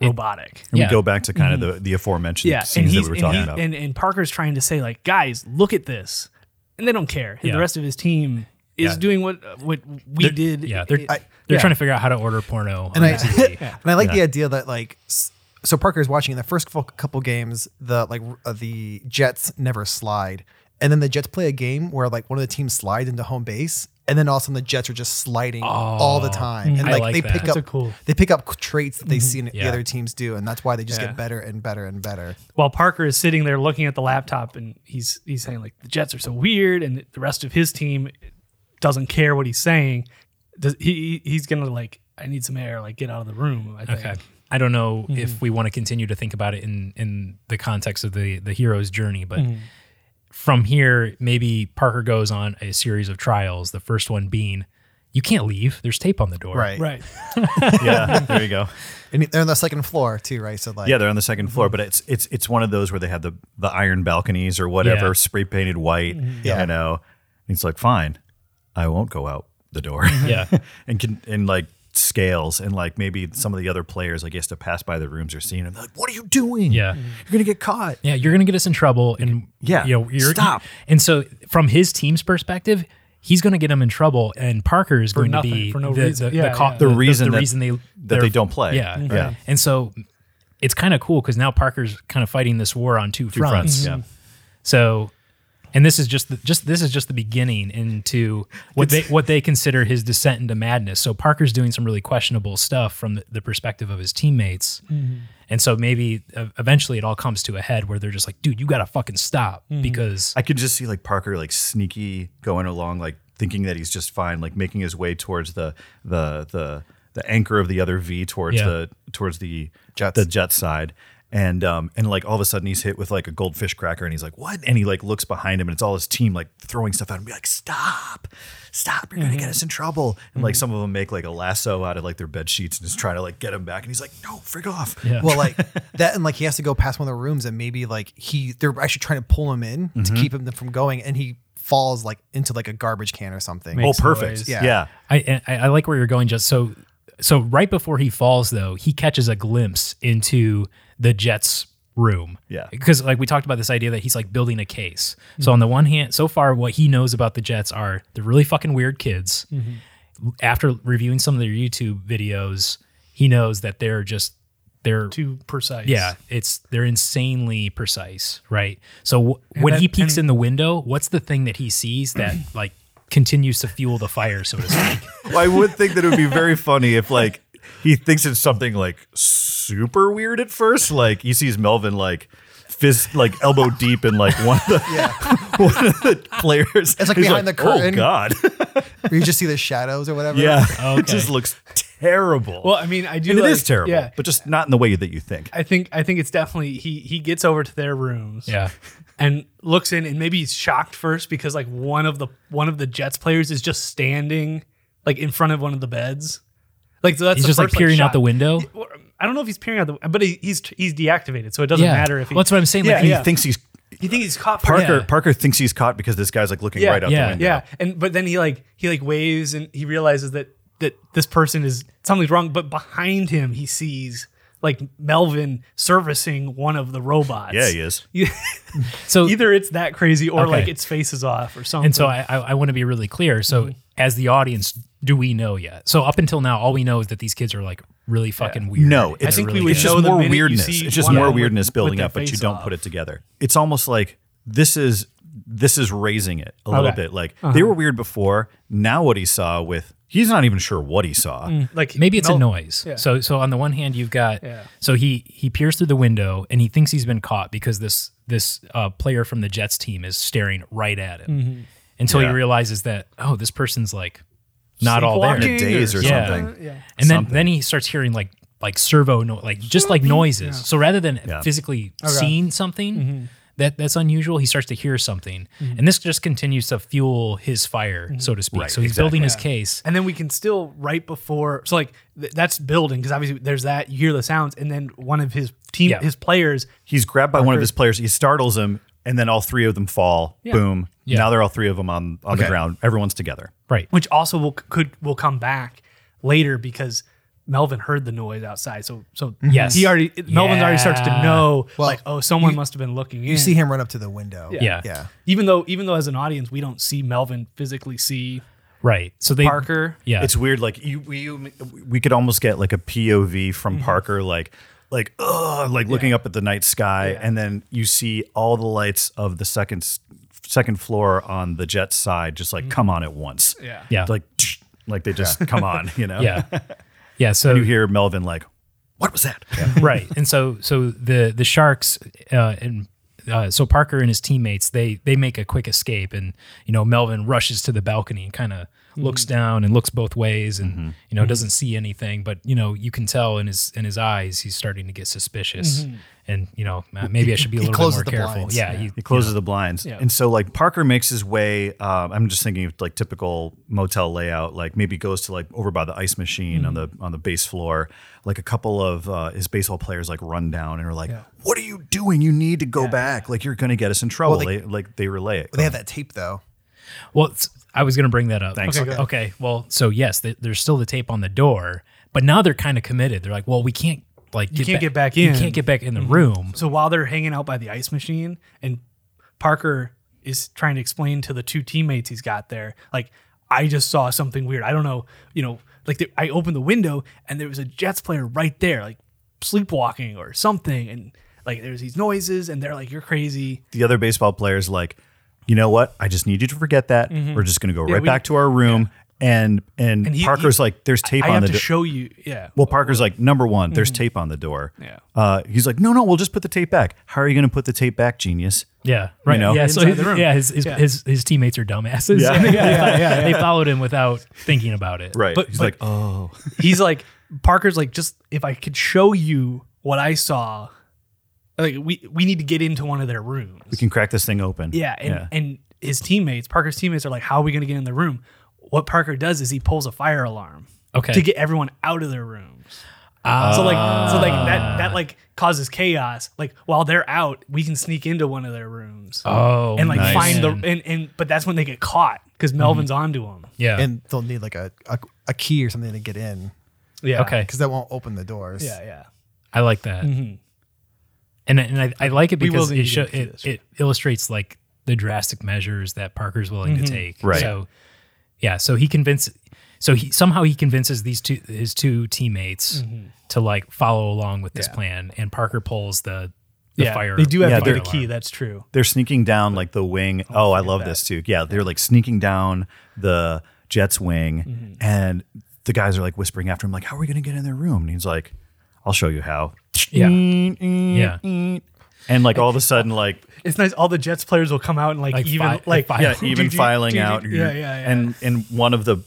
Speaker 3: robotic.
Speaker 2: And
Speaker 1: Yeah.
Speaker 2: we go back to kind of the, the aforementioned
Speaker 3: yeah. And
Speaker 2: scenes that
Speaker 3: he's,
Speaker 2: we were
Speaker 3: and,
Speaker 2: talking
Speaker 3: he-
Speaker 2: about.
Speaker 3: and, and Parker's trying to say like, guys, look at this. And they don't care.
Speaker 1: Yeah.
Speaker 3: The rest of his team is
Speaker 1: Yeah.
Speaker 3: doing what, what we did.
Speaker 1: Yeah, they're
Speaker 3: It-
Speaker 1: they're
Speaker 3: yeah.
Speaker 1: trying to figure out how to order porno.
Speaker 4: And
Speaker 1: on
Speaker 4: I [LAUGHS]
Speaker 1: TV.
Speaker 4: and I like the idea that like s- so Parker's watching in the first fo- couple games the like r- uh, the Jets never slide, and then the Jets play a game where like one of the teams slides into home base, and then all of a sudden the Jets are just sliding all the time, and
Speaker 1: Oh. I
Speaker 4: like,
Speaker 1: like
Speaker 4: they
Speaker 1: that.
Speaker 4: pick
Speaker 1: That's
Speaker 3: a
Speaker 4: up
Speaker 3: cool-
Speaker 4: they pick up traits that they see in
Speaker 1: Yeah.
Speaker 4: the other teams do, and that's why they just
Speaker 3: Yeah.
Speaker 4: get better and better and better.
Speaker 3: while Parker is sitting there looking at the laptop and he's he's saying like the Jets are so weird and the rest of his team doesn't care what he's saying. Does, he he- he's gonna like I need some air like get out of the room. I think.
Speaker 1: Okay. I don't know if we want to continue to think about it in in the context of the the hero's journey, but from here, maybe Parker goes on a series of trials. The first one being, You can't leave. There's tape on the door.
Speaker 4: Right.
Speaker 3: Right.
Speaker 2: yeah, there you go.
Speaker 4: And they're on the second floor too, right? So like, Mm-hmm.
Speaker 2: Yeah, they're on the second floor, but it's it's it's one of those where they had the the iron balconies or whatever
Speaker 1: Yeah.
Speaker 2: spray painted white.
Speaker 4: Mm-hmm. Yeah.
Speaker 2: you know. And it's like, fine, I won't go out the door.
Speaker 1: Mm-hmm. Yeah.
Speaker 2: [LAUGHS] and can and like scales and like maybe some of the other players like he has to pass by the rooms or seeing him like what are you doing
Speaker 1: Yeah.
Speaker 2: you're gonna get caught
Speaker 1: Yeah, you're gonna get us in trouble, and
Speaker 2: Yeah,
Speaker 1: you know, you're,
Speaker 2: stop.
Speaker 1: And so, from his team's perspective, he's gonna get him in trouble, and Parker is going
Speaker 3: nothing,
Speaker 1: to be
Speaker 3: for no
Speaker 1: the,
Speaker 3: reason.
Speaker 1: the,
Speaker 3: Yeah,
Speaker 1: the, co-
Speaker 3: yeah.
Speaker 1: the,
Speaker 2: The reason
Speaker 1: the,
Speaker 2: that-
Speaker 1: reason they
Speaker 2: that they don't play
Speaker 1: Yeah,
Speaker 2: yeah
Speaker 1: And so, it's kind of cool because now Parker's kind of fighting this war on two,
Speaker 2: two fronts yeah
Speaker 1: So, and this is just the, just this is just the beginning into what they what they consider his descent into madness. So Parker's doing some really questionable stuff from the, the perspective of his teammates, and so maybe uh, eventually it all comes to a head where they're just like, "Dude, you got to fucking stop," because
Speaker 2: I could just see like Parker like sneaky going along, like thinking that he's just fine, like making his way towards the the the the anchor of the other V towards
Speaker 1: Yeah.
Speaker 2: the towards the
Speaker 4: Jets.
Speaker 2: the jet side. And um and like all of a sudden he's hit with like a goldfish cracker and he's like, What? And he like looks behind him and it's all his team like throwing stuff at him be like, Stop, stop, you're gonna get us in trouble. And like some of them make like a lasso out of like their bed sheets and just try to like get him back and he's like, No, freak off.
Speaker 1: Yeah.
Speaker 4: well, like that, and like he has to go past one of the rooms, and maybe like he they're actually trying to pull him in
Speaker 1: Mm-hmm.
Speaker 4: to keep him from going, and he falls like into like a garbage can or something.
Speaker 2: Oh
Speaker 3: Makes
Speaker 2: perfect.
Speaker 3: noise.
Speaker 2: Yeah.
Speaker 4: Yeah.
Speaker 2: yeah.
Speaker 1: I, I I like where you're going. Just so so right before he falls, though, he catches a glimpse into the Jets room.
Speaker 2: Yeah.
Speaker 1: because like we talked about this idea that he's like building a case. So on the one hand, so far what he knows about the Jets are they're really fucking weird kids.
Speaker 3: Mm-hmm.
Speaker 1: After reviewing some of their YouTube videos, he knows that they're just they're
Speaker 3: Too precise.
Speaker 1: yeah, it's they're insanely precise, right? So w- when
Speaker 3: that-
Speaker 1: he peeks
Speaker 3: and-
Speaker 1: in the window, what's the thing that he sees that like continues to fuel the fire, so to speak?
Speaker 2: Well, I would think that it would be very funny if like he thinks it's something like super weird at first. Like he sees Melvin like fist like elbow deep in like one of the [LAUGHS] one of the players.
Speaker 4: It's like
Speaker 2: He's
Speaker 4: behind the curtain.
Speaker 2: Oh
Speaker 4: [LAUGHS]
Speaker 2: God.
Speaker 4: Where you just see the shadows or whatever.
Speaker 2: yeah.
Speaker 1: Okay.
Speaker 2: It just looks terrible.
Speaker 3: Well, I mean, I do.
Speaker 2: and
Speaker 3: like-
Speaker 2: it is terrible,
Speaker 3: Yeah.
Speaker 2: but just not in the way that you think.
Speaker 3: I think I think it's definitely he he gets over to their rooms.
Speaker 1: Yeah.
Speaker 3: And looks in and maybe he's shocked first because like one of the one of the Jets players is just standing like in front of one of the beds. Like so that's
Speaker 1: He's
Speaker 3: the
Speaker 1: just like
Speaker 3: first,
Speaker 1: peering out
Speaker 3: shock.
Speaker 1: the window.
Speaker 3: Or- I don't know if he's peering out the but he, he's he's deactivated, so it doesn't
Speaker 1: Yeah.
Speaker 3: matter if he
Speaker 1: Well, that's what I'm saying, like,
Speaker 3: yeah,
Speaker 2: And
Speaker 3: yeah.
Speaker 2: he thinks he's
Speaker 3: you think he's caught first.
Speaker 2: Parker
Speaker 1: Yeah.
Speaker 2: Parker thinks he's caught because this guy's like looking
Speaker 3: Yeah.
Speaker 2: right out
Speaker 1: Yeah.
Speaker 2: the window.
Speaker 3: Yeah, and but then he like he like waves and he realizes that that this person is something's wrong. But behind him, he sees like Melvin servicing one of the robots.
Speaker 2: Yeah, he is.
Speaker 1: So
Speaker 3: Either it's that crazy or
Speaker 1: Okay.
Speaker 3: like its face is off or something.
Speaker 1: And so I, I, I want to be really clear. So
Speaker 3: Mm-hmm.
Speaker 1: as the audience, do we know yet? So up until now, all we know is that these kids are like really fucking weird.
Speaker 2: No,
Speaker 1: They're
Speaker 2: it's,
Speaker 3: think we
Speaker 1: really
Speaker 3: would
Speaker 2: it's
Speaker 1: good.
Speaker 3: know
Speaker 2: just
Speaker 3: the
Speaker 2: more
Speaker 3: minute you
Speaker 2: weirdness.
Speaker 3: see
Speaker 2: It's just
Speaker 3: one
Speaker 2: more
Speaker 3: of them
Speaker 2: weirdness
Speaker 3: with- with
Speaker 2: building
Speaker 3: their
Speaker 2: up, but you
Speaker 3: face
Speaker 2: don't
Speaker 3: off.
Speaker 2: put it together. It's almost like this is this is raising it a little
Speaker 3: Okay.
Speaker 2: bit. Like they were weird before. Now what he saw with he's not even sure what he saw.
Speaker 3: like
Speaker 1: Maybe it's a
Speaker 3: Mel-
Speaker 1: noise.
Speaker 3: Yeah.
Speaker 1: So so on the one hand, you've got
Speaker 3: Yeah.
Speaker 1: so he he peers through the window and he thinks he's been caught because this this uh, player from the Jets team is staring right at him
Speaker 3: Mm-hmm.
Speaker 1: until
Speaker 2: Yeah.
Speaker 1: he realizes that oh this person's like not all there.
Speaker 3: Sleepwalking
Speaker 2: Daze or
Speaker 1: Yeah.
Speaker 2: something.
Speaker 3: Yeah.
Speaker 1: and then
Speaker 2: Something.
Speaker 1: then he starts hearing like like servo no like just like noises so rather than
Speaker 2: Yeah.
Speaker 1: physically seeing something that that's unusual he starts to hear something and this just continues to fuel his fire so to speak
Speaker 2: Right,
Speaker 1: so he's
Speaker 2: exactly.
Speaker 1: building his case
Speaker 3: And then we can still right before so like th- that's building because obviously there's that you hear the sounds and then one of his team
Speaker 1: Yeah.
Speaker 3: his players
Speaker 2: He's grabbed by one of his players. He startles him, and then all three of them fall. Boom.
Speaker 1: Yeah.
Speaker 2: Now they're all three of them on on the
Speaker 4: Okay.
Speaker 2: ground. Everyone's together.
Speaker 1: right
Speaker 3: which also will could will come back later because Melvin heard the noise outside. So so
Speaker 1: Yes.
Speaker 3: he already Melvin already starts to
Speaker 1: Yeah.
Speaker 3: know
Speaker 4: Mm-hmm. Well,
Speaker 3: like oh someone must have been looking in.
Speaker 4: You see him run up to the window.
Speaker 1: Yeah.
Speaker 4: Yeah.
Speaker 3: even though even though as an audience we don't see Melvin physically see
Speaker 1: right so they
Speaker 3: Parker.
Speaker 1: yeah
Speaker 2: It's weird. Like you, we, you- we could almost get like a POV from Parker, like, like, ugh, like looking up at the night sky, and then you see all the lights of the second s- second floor on the jet side just like come on at once.
Speaker 3: Yeah.
Speaker 1: Yeah.
Speaker 2: Like, like they just come on. You know.
Speaker 1: [LAUGHS]
Speaker 2: [LAUGHS]
Speaker 1: yeah yeah so
Speaker 2: You hear Melvin like, what was that?
Speaker 1: right and so so the the sharks uh and uh, so Parker and his teammates they they make a quick escape and you know Melvin rushes to the balcony and kind of looks down and looks both ways and you know doesn't see anything but you know you can tell in his in his eyes he's starting to get suspicious and you know uh, maybe I should be a
Speaker 4: He
Speaker 1: little bit
Speaker 4: closes
Speaker 1: more
Speaker 4: the
Speaker 1: careful
Speaker 4: blinds.
Speaker 1: yeah,
Speaker 4: Yeah.
Speaker 1: he-
Speaker 2: He closes the blinds,
Speaker 3: Yeah.
Speaker 2: and so like Parker makes his way. Um, I'm just thinking of like typical motel layout. Like maybe goes to like over by the ice machine on
Speaker 3: Mm-hmm.
Speaker 2: the on the base floor. Like a couple of uh, his baseball players like run down and are like, "What are you doing? You need to go back. Like you're gonna get us in trouble."
Speaker 4: they-
Speaker 2: they, like they relay it.
Speaker 4: They have that tape though.
Speaker 1: Well, it's, I was going to bring that up.
Speaker 2: Thanks.
Speaker 1: Okay. okay, Well, so yes, th there's still the tape on the door, but now they're kind of committed. They're like, well, we can't like
Speaker 3: You can't get back
Speaker 1: You
Speaker 3: in.
Speaker 1: can't get back in the room.
Speaker 3: So while they're hanging out by the ice machine, and Parker is trying to explain to the two teammates he's got there, like, I just saw something weird. I don't know, you know, like the, I opened the window and there was a Jets player right there, like sleepwalking or something, and like there's these noises, and they're like, "You're crazy."
Speaker 2: the other baseball players like, you know what? I just need you to forget that. We're just gonna go right
Speaker 3: Mm-hmm. we-
Speaker 2: back to our room. And and,
Speaker 3: And he-
Speaker 2: Parker's
Speaker 3: he-
Speaker 2: like, "There's tape
Speaker 3: I
Speaker 2: on
Speaker 3: have
Speaker 2: the
Speaker 3: to
Speaker 2: do-
Speaker 3: show you, yeah.
Speaker 2: Well, [LAUGHS] Parker's like, number one, there's tape on the door.
Speaker 3: Yeah.
Speaker 2: Uh, he's like, no, no, we'll just put the tape back. How are you going to put the tape back, genius?
Speaker 1: Yeah. Right.
Speaker 2: know?
Speaker 1: yeah. So
Speaker 3: Inside
Speaker 1: his,
Speaker 3: the room.
Speaker 1: yeah, his his,
Speaker 3: Yeah.
Speaker 1: his his teammates are dumbasses. [LAUGHS]
Speaker 2: Yeah.
Speaker 1: And they, they followed him without thinking about it.
Speaker 2: But
Speaker 3: But-
Speaker 2: he's
Speaker 3: but-
Speaker 2: like, oh,
Speaker 3: he's like Parker's like just if I could show you what I saw like we we need to get into one of their rooms.
Speaker 2: we can crack this thing open.
Speaker 3: yeah, and and his teammates, Parker's teammates are like how are we going to get in the room? What Parker does is he pulls a fire alarm
Speaker 1: Okay.
Speaker 3: to get everyone out of their rooms. so like so like that that like causes chaos. Like while they're out, we can sneak into one of their rooms
Speaker 1: Oh.
Speaker 3: and like
Speaker 1: nice. Mm-hmm.
Speaker 3: find the and and but that's when they get caught cuz Melvin's onto him.
Speaker 1: yeah.
Speaker 4: And they'll need like a, a, a key or something to get in
Speaker 3: Yeah.
Speaker 1: okay.
Speaker 4: because that won't open the doors.
Speaker 3: Yeah, yeah.
Speaker 1: I like that. And and I, I like it
Speaker 3: Mm-hmm. We will
Speaker 1: because
Speaker 3: need
Speaker 1: it,
Speaker 3: to
Speaker 1: show,
Speaker 3: get through
Speaker 1: it
Speaker 3: this.
Speaker 1: it illustrates like the drastic measures that Parker's willing
Speaker 3: Mm-hmm.
Speaker 1: to take.
Speaker 2: Right.
Speaker 1: So yeah, so he convinces so he somehow he convinces these two his two teammates to like follow along with this
Speaker 3: Mm-hmm. Yeah.
Speaker 1: plan and Parker pulls the the
Speaker 3: yeah,
Speaker 1: fire.
Speaker 3: They do have
Speaker 2: Yeah,
Speaker 3: to get
Speaker 2: they're-
Speaker 3: the key, that's true.
Speaker 2: They're sneaking down like the wing. Oh, I love this too. Yeah. They're like sneaking down the Jets wing. And the guys are like whispering after him, like, how are we going to get in their room? And he's like, I'll show you how.
Speaker 1: Yeah.
Speaker 2: Yeah.
Speaker 1: Yeah.
Speaker 2: And like all of a sudden, like,
Speaker 3: It's nice. All the Jets players will come out and like,
Speaker 1: Like
Speaker 3: even
Speaker 1: fi-
Speaker 3: like
Speaker 1: fi-
Speaker 3: [LAUGHS]
Speaker 2: yeah,
Speaker 1: Do,
Speaker 2: even
Speaker 3: do,
Speaker 2: filing
Speaker 3: do, do,
Speaker 2: out.
Speaker 3: do. Yeah, yeah, yeah.
Speaker 2: And and one of the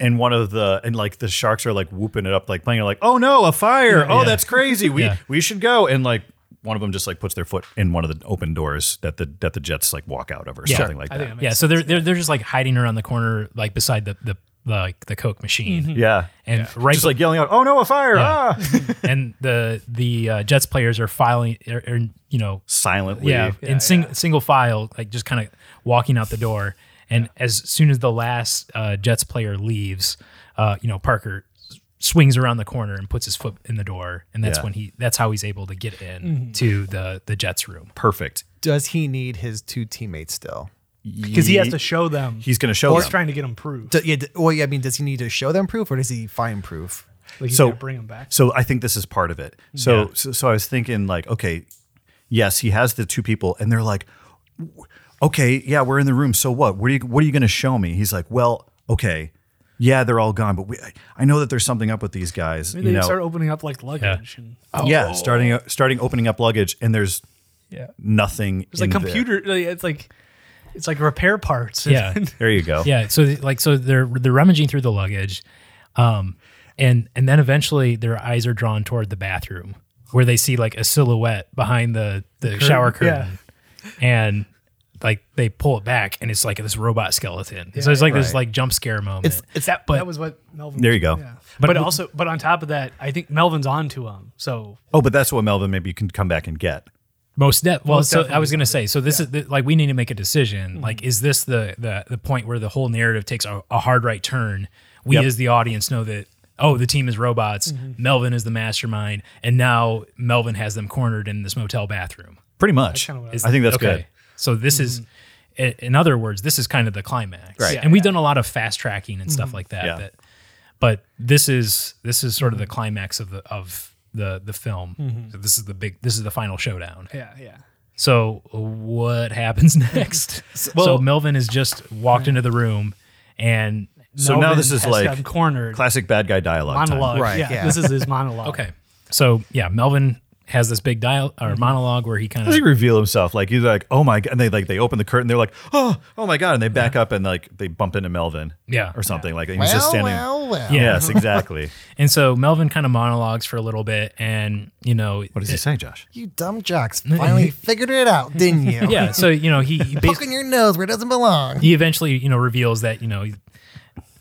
Speaker 2: and one of the and like the sharks are like whooping it up, like playing like, oh no, a fire! oh,
Speaker 1: yeah.
Speaker 2: that's crazy. We
Speaker 1: Yeah.
Speaker 2: we should go. And like one of them just like puts their foot in one of the open doors that the that the jets like walk out of or something like
Speaker 3: I think
Speaker 2: that.
Speaker 3: that
Speaker 1: Yeah,
Speaker 3: makes
Speaker 1: so they're they're they're just like hiding around the corner like beside the the like the Coke machine.
Speaker 2: Yeah.
Speaker 1: And right
Speaker 2: Just like yelling out, "Oh no, a fire!" Ah! [LAUGHS]
Speaker 1: and the the uh, Jets players are filing are, are you know
Speaker 2: Silently,
Speaker 1: yeah, in sing, single file, like just kind of walking out the door. And as soon as the last uh, Jets player leaves, uh, you know Parker s- swings around the corner and puts his foot in the door, and that's
Speaker 2: Yeah.
Speaker 1: when he that's how he's able to get in to the the Jets room.
Speaker 2: perfect.
Speaker 4: Does he need his two teammates still?
Speaker 3: because he has to show them.
Speaker 2: He's going to show
Speaker 3: he's
Speaker 2: them.
Speaker 3: trying to get them proof.
Speaker 4: Do, yeah, d- well, yeah, I mean, does he need to show them proof or does he find proof?
Speaker 3: Like he's
Speaker 2: So-
Speaker 3: gonna bring them back.
Speaker 2: So I think this is part of it. So, so so I was thinking like, okay, yes, he has the two people, and they're like, w- okay, yeah, we're in the room. So what? What are you What are you going to show me? He's like, well, okay, yeah, they're all gone, but we, I- I know that there's something up with these guys.
Speaker 3: Maybe
Speaker 2: you
Speaker 3: they
Speaker 2: know,
Speaker 3: start opening up like luggage and
Speaker 2: yeah, starting uh, starting opening up luggage, and there's
Speaker 3: yeah,
Speaker 2: nothing.
Speaker 3: it's like
Speaker 2: in there.
Speaker 3: computer. Like, it's like it's like repair parts.
Speaker 1: Yeah.
Speaker 3: And-
Speaker 2: There you go.
Speaker 1: Yeah, so like so they're they're rummaging through the luggage, um, and and then eventually their eyes are drawn toward the bathroom where they see like a silhouette behind the the shower
Speaker 3: yeah.
Speaker 1: curtain, and like they pull it back and it's like this robot skeleton. so it's like this
Speaker 4: Right.
Speaker 1: like jump scare moment.
Speaker 4: It's it's that,
Speaker 1: but-
Speaker 3: that was what Melvin.
Speaker 2: There you go.
Speaker 3: Yeah. But, also, but on top of that, I think Melvin's on to him. So
Speaker 2: Oh, but that's what Melvin maybe you can come back and get.
Speaker 1: Most de- well,
Speaker 3: Most
Speaker 1: so I
Speaker 3: definitely
Speaker 1: was going to say, so this is the, like we need to make a decision.
Speaker 2: Mm-hmm.
Speaker 1: Like, is this the the the point where the whole narrative takes a, a hard right turn? We
Speaker 2: Yep. Mm-hmm.
Speaker 1: as the audience know that oh, the team is robots. Melvin is the mastermind, and now Melvin has them cornered in this motel bathroom.
Speaker 2: Pretty much.
Speaker 3: kinda what I
Speaker 2: I think that's good. Mm-hmm.
Speaker 1: So this is. i- In other words, this is kind of the climax,
Speaker 2: Right. Mm-hmm.
Speaker 1: and we've done a lot of fast tracking and stuff like that.
Speaker 2: Yeah.
Speaker 1: That, but this is this is sort of the climax of the of the the film.
Speaker 2: Mm-hmm.
Speaker 1: So this is the big. This is the final showdown.
Speaker 3: yeah, yeah.
Speaker 1: So what happens [LAUGHS] next? so
Speaker 3: well-
Speaker 1: Melvin has just walked into the room, and
Speaker 2: So now
Speaker 3: Melvin
Speaker 2: this is
Speaker 3: has
Speaker 2: like
Speaker 3: gotten cornered
Speaker 2: Classic bad guy dialogue. time.
Speaker 3: monologue.
Speaker 2: [LAUGHS]
Speaker 4: Right,
Speaker 3: yeah,
Speaker 4: yeah.
Speaker 3: this is his monologue.
Speaker 1: okay, so yeah, Melvin has this big dial
Speaker 2: Mm-hmm.
Speaker 1: or monologue where he kind
Speaker 2: Does
Speaker 1: of
Speaker 2: he reveal himself? Like he's like, oh my god, and they like they open the curtain, they're like, oh, oh my god, and they back up and like they bump into Melvin,
Speaker 1: Yeah.
Speaker 2: or something like. He was just
Speaker 4: Well,
Speaker 2: standing.
Speaker 4: well, well.
Speaker 1: Yeah.
Speaker 2: Yes, exactly.
Speaker 1: And so Melvin kind of monologues for a little bit, and you know,
Speaker 2: What does he say, Josh?
Speaker 4: You dumb jocks finally figured it out, didn't you?
Speaker 1: Mm-hmm. [LAUGHS] yeah. So you know, he, he
Speaker 2: [LAUGHS]
Speaker 1: basically
Speaker 4: Poking your nose where it doesn't belong.
Speaker 1: he eventually you know reveals that you know he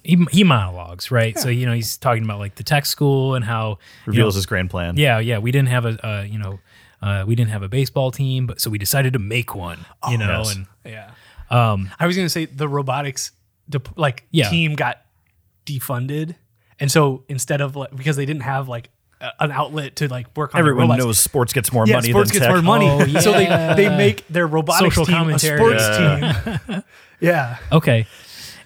Speaker 1: he, he monologues right. So you know he's talking about like the tech school and how you know,
Speaker 2: Reveals his grand plan.
Speaker 1: yeah, yeah, we didn't have a uh, you know uh, we didn't have a baseball team, but so we decided to make one. You know,
Speaker 2: Oh, yes.
Speaker 1: and
Speaker 3: Yeah. Um, I was gonna say the robotics dep- like
Speaker 1: Yeah.
Speaker 3: team got defunded, and so instead of like because they didn't have like a- an outlet to like work on their
Speaker 2: Everyone
Speaker 3: robots,
Speaker 2: knows sports gets more
Speaker 3: Yeah,
Speaker 2: money
Speaker 3: sports
Speaker 2: than
Speaker 3: gets
Speaker 2: tech.
Speaker 3: more money,
Speaker 1: Oh,
Speaker 3: so they
Speaker 1: yeah.
Speaker 3: they make their robotics
Speaker 1: Social
Speaker 3: team
Speaker 1: commentary.
Speaker 3: a sports team. [LAUGHS] yeah,
Speaker 1: okay,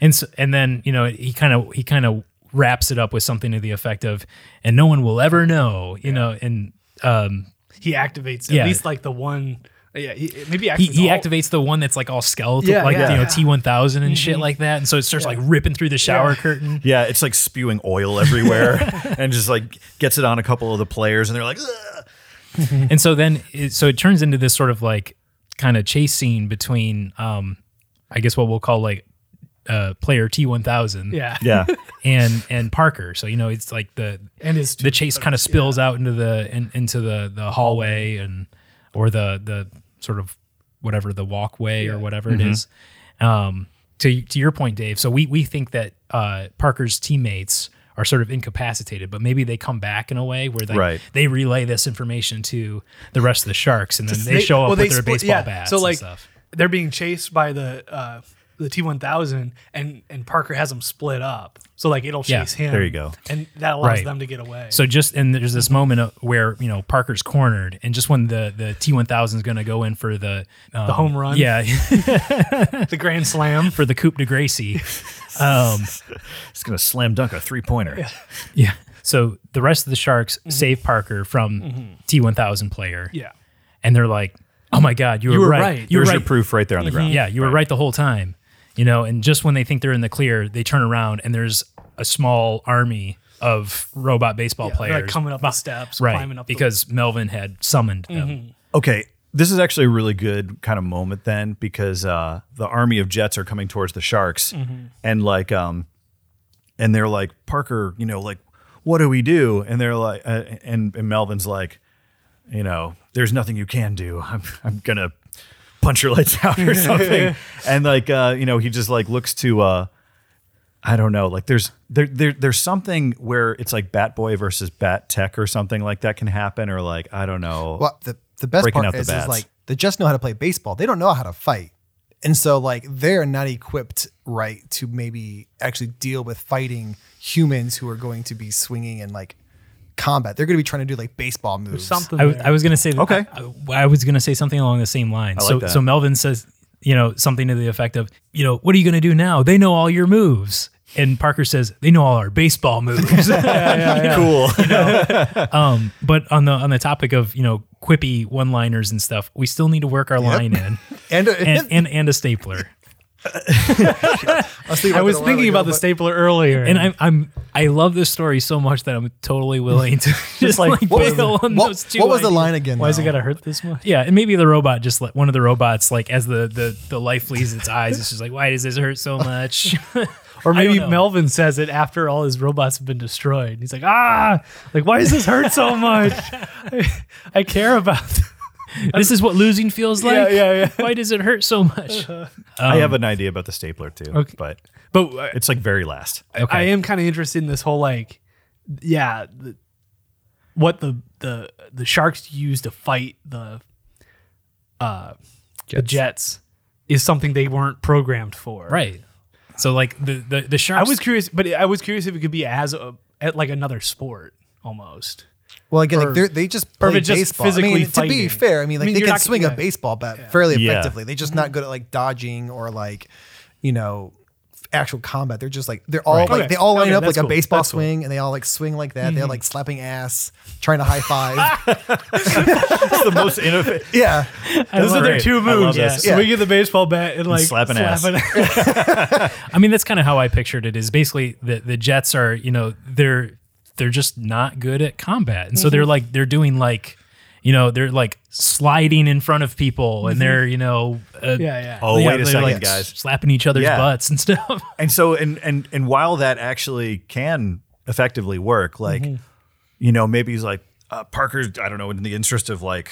Speaker 1: and so, and then you know he kind of he kind of wraps it up with something to the effect of, and no one will ever know. You know, and um,
Speaker 3: he activates
Speaker 1: Yeah.
Speaker 3: at least like the one. Yeah, he, maybe
Speaker 1: he,
Speaker 3: activates
Speaker 1: he
Speaker 3: all-
Speaker 1: activates the one that's like all skeletal,
Speaker 3: Yeah,
Speaker 1: like
Speaker 3: yeah. Mm-hmm.
Speaker 1: you know
Speaker 3: Yeah.
Speaker 1: T one thousand and shit like that, and so it starts like ripping through the shower curtain.
Speaker 2: Yeah, it's like spewing oil everywhere, and just like gets it on a couple of the players, and they're like, "Ugh."
Speaker 3: Mm-hmm.
Speaker 1: and so then it, so it turns into this sort of like kind of chase scene between um i guess what we'll call like uh player t1000
Speaker 3: Yeah,
Speaker 2: [LAUGHS] yeah,
Speaker 1: and and parker so you know it's like the
Speaker 3: and his
Speaker 1: the chase kind of spills out into the in, into the the hallway and or the the sort of whatever the walkway or whatever it is um to to your point dave so we we think that uh parker's teammates are sort of incapacitated but maybe they come back in a way where they
Speaker 2: Right.
Speaker 1: they relay this information to the rest of the sharks and then they, show up
Speaker 3: well,
Speaker 1: with
Speaker 3: they
Speaker 1: their
Speaker 3: split-
Speaker 1: baseball
Speaker 3: yeah,
Speaker 1: bats
Speaker 3: So like
Speaker 1: and stuff
Speaker 3: they're being chased by the uh, the T one thousand, and and Parker has them split up. So like it'll
Speaker 1: Yeah,
Speaker 3: chase him.
Speaker 2: there you go.
Speaker 3: and that allows
Speaker 1: Right.
Speaker 3: them to get away.
Speaker 1: So just and there's this moment of- where you know Parker's cornered, and just when the the T1000 is going to go in for the um,
Speaker 3: home run?
Speaker 1: yeah,
Speaker 3: the
Speaker 1: [LAUGHS]
Speaker 3: grand slam.
Speaker 1: for the Coupe de
Speaker 3: [LAUGHS]
Speaker 1: Gracie, um,
Speaker 2: it's gonna slam dunk a three pointer.
Speaker 1: yeah. So the rest of the Sharks save Parker from T1000 player,
Speaker 3: Mm-hmm. Yeah,
Speaker 1: and they're like, "Oh my God, you, were
Speaker 3: were
Speaker 1: right.
Speaker 3: right.
Speaker 1: You were
Speaker 2: There's
Speaker 1: right.
Speaker 2: your proof right there on the ground.
Speaker 1: Yeah, you were right the whole time." You know, and just when they think they're in the clear, they turn around and there's a small army of robot baseball
Speaker 3: they're,
Speaker 1: players
Speaker 3: like coming up the steps,
Speaker 1: right,
Speaker 3: climbing up the- Mm-hmm.
Speaker 1: because Melvin had summoned them.
Speaker 2: Okay, this is actually a really good kind of moment then because uh, the army of jets are coming towards the sharks, and like, um, and they're like Parker, you know, like, what do we do? And they're like, uh, and, and Melvin's like, you know, there's nothing you can do. [LAUGHS] I'm I'm gonna punch your lights out or something. and like, uh, you know, he just like looks to. Uh, I don't know. Like there's there, there there's something where it's like Bat Boy versus Bat Tech or something like that can happen or like I don't know.
Speaker 4: Well, the, the best
Speaker 2: Breaking out
Speaker 4: part
Speaker 2: the
Speaker 4: is,
Speaker 2: bats.
Speaker 4: is like they just know how to play baseball. They don't know how to fight. And so like they're not equipped right to maybe actually deal with fighting humans who are going to be swinging and like combat. They're going to be trying to do like baseball moves.
Speaker 3: something.
Speaker 1: I, w-
Speaker 3: there.
Speaker 1: I was gonna say that,
Speaker 2: Okay.
Speaker 1: I, I was gonna say something along the same line. so
Speaker 2: that.
Speaker 1: so Melvin says, you know, something to the effect of, you know, what are you gonna do now? They know all your moves. And Parker says they know all our baseball moves.
Speaker 2: Cool.
Speaker 1: [LAUGHS] um, but on the on the topic of you know quippy one liners and stuff, we still need to work our line in
Speaker 4: and,
Speaker 1: and, and and a stapler.
Speaker 4: I was thinking
Speaker 3: I was
Speaker 4: that a while
Speaker 3: thinking
Speaker 4: ago,
Speaker 3: about the
Speaker 4: but-
Speaker 3: stapler earlier,
Speaker 1: And I'm I'm I love this story so much that I'm totally willing to [LAUGHS] just like,
Speaker 4: What was,
Speaker 1: bail on
Speaker 4: what-
Speaker 1: those two.
Speaker 4: what was the
Speaker 1: ideas.
Speaker 4: line again?
Speaker 3: why is it
Speaker 4: though?
Speaker 3: gotta hurt this much?
Speaker 1: Yeah, and maybe the robot just like one of the robots like as the the the life leaves its eyes, it's just like why does this hurt so much? [LAUGHS]
Speaker 3: Or
Speaker 1: I don't
Speaker 3: maybe
Speaker 1: know.
Speaker 3: Melvin says it after all his robots have been destroyed. He's like, ah, like why does this
Speaker 1: [LAUGHS]
Speaker 3: hurt so much? I, I care about. [LAUGHS] This.
Speaker 1: this is what losing feels like.
Speaker 3: yeah, yeah, yeah.
Speaker 1: Why does it hurt so
Speaker 3: [LAUGHS]
Speaker 1: much?
Speaker 2: I
Speaker 3: Um,
Speaker 2: have an idea about the stapler too, but
Speaker 3: But uh,
Speaker 2: it's like very last. [LAUGHS]
Speaker 1: Okay.
Speaker 3: I am kind of interested in this whole like, yeah, the, what the the the sharks use to fight the uh the jets is something they weren't programmed for.
Speaker 1: Right. So like the the the
Speaker 3: I
Speaker 1: sharks.
Speaker 3: was curious, but I was curious if it could be as a, at like another sport almost.
Speaker 4: Well, again, like
Speaker 3: Or-
Speaker 4: they're- they just play
Speaker 3: if it's just
Speaker 4: baseball. I mean,
Speaker 3: physically
Speaker 4: to be
Speaker 3: fighting.
Speaker 4: fair, I mean,
Speaker 3: I
Speaker 4: like
Speaker 3: mean,
Speaker 4: they
Speaker 3: you're
Speaker 4: can
Speaker 3: not-
Speaker 4: swing
Speaker 3: yeah.
Speaker 4: a baseball bat fairly
Speaker 2: Yeah.
Speaker 4: effectively. They're just not good at like dodging or like you know actual combat. They're just like they're all like
Speaker 3: Okay.
Speaker 4: they all line
Speaker 3: Okay,
Speaker 4: up like
Speaker 3: that's
Speaker 4: a
Speaker 3: cool.
Speaker 4: baseball
Speaker 3: That's cool. Mm-hmm.
Speaker 4: swing and they all like swing like that. They're like slapping ass, trying to high
Speaker 3: [LAUGHS]
Speaker 4: five.
Speaker 2: It's the most innovative.
Speaker 4: yeah,
Speaker 3: Those
Speaker 1: love
Speaker 3: are their
Speaker 1: it.
Speaker 3: two
Speaker 2: I love
Speaker 3: moves:
Speaker 2: this.
Speaker 3: yeah.
Speaker 4: Yeah.
Speaker 3: swinging the baseball bat and like
Speaker 2: slap an ass.
Speaker 3: ass.
Speaker 1: I mean, that's kind of how I pictured it. Is basically the the jets are
Speaker 3: Mm-hmm.
Speaker 1: you know they're they're just not good at combat, and so they're like they're doing like you know, they're like sliding in front of people and they're, you know, uh,
Speaker 3: Mm-hmm. Yeah, yeah.
Speaker 2: Oh, wait a
Speaker 1: they're,
Speaker 2: second,
Speaker 1: like,
Speaker 2: guys.
Speaker 1: slapping each other's
Speaker 2: Yeah.
Speaker 1: butts and [LAUGHS] stuff.
Speaker 2: And so, and and and while that actually can effectively work, like
Speaker 3: Mm-hmm.
Speaker 2: you know, maybe he's like uh, Parker's. I don't know, in the interest of like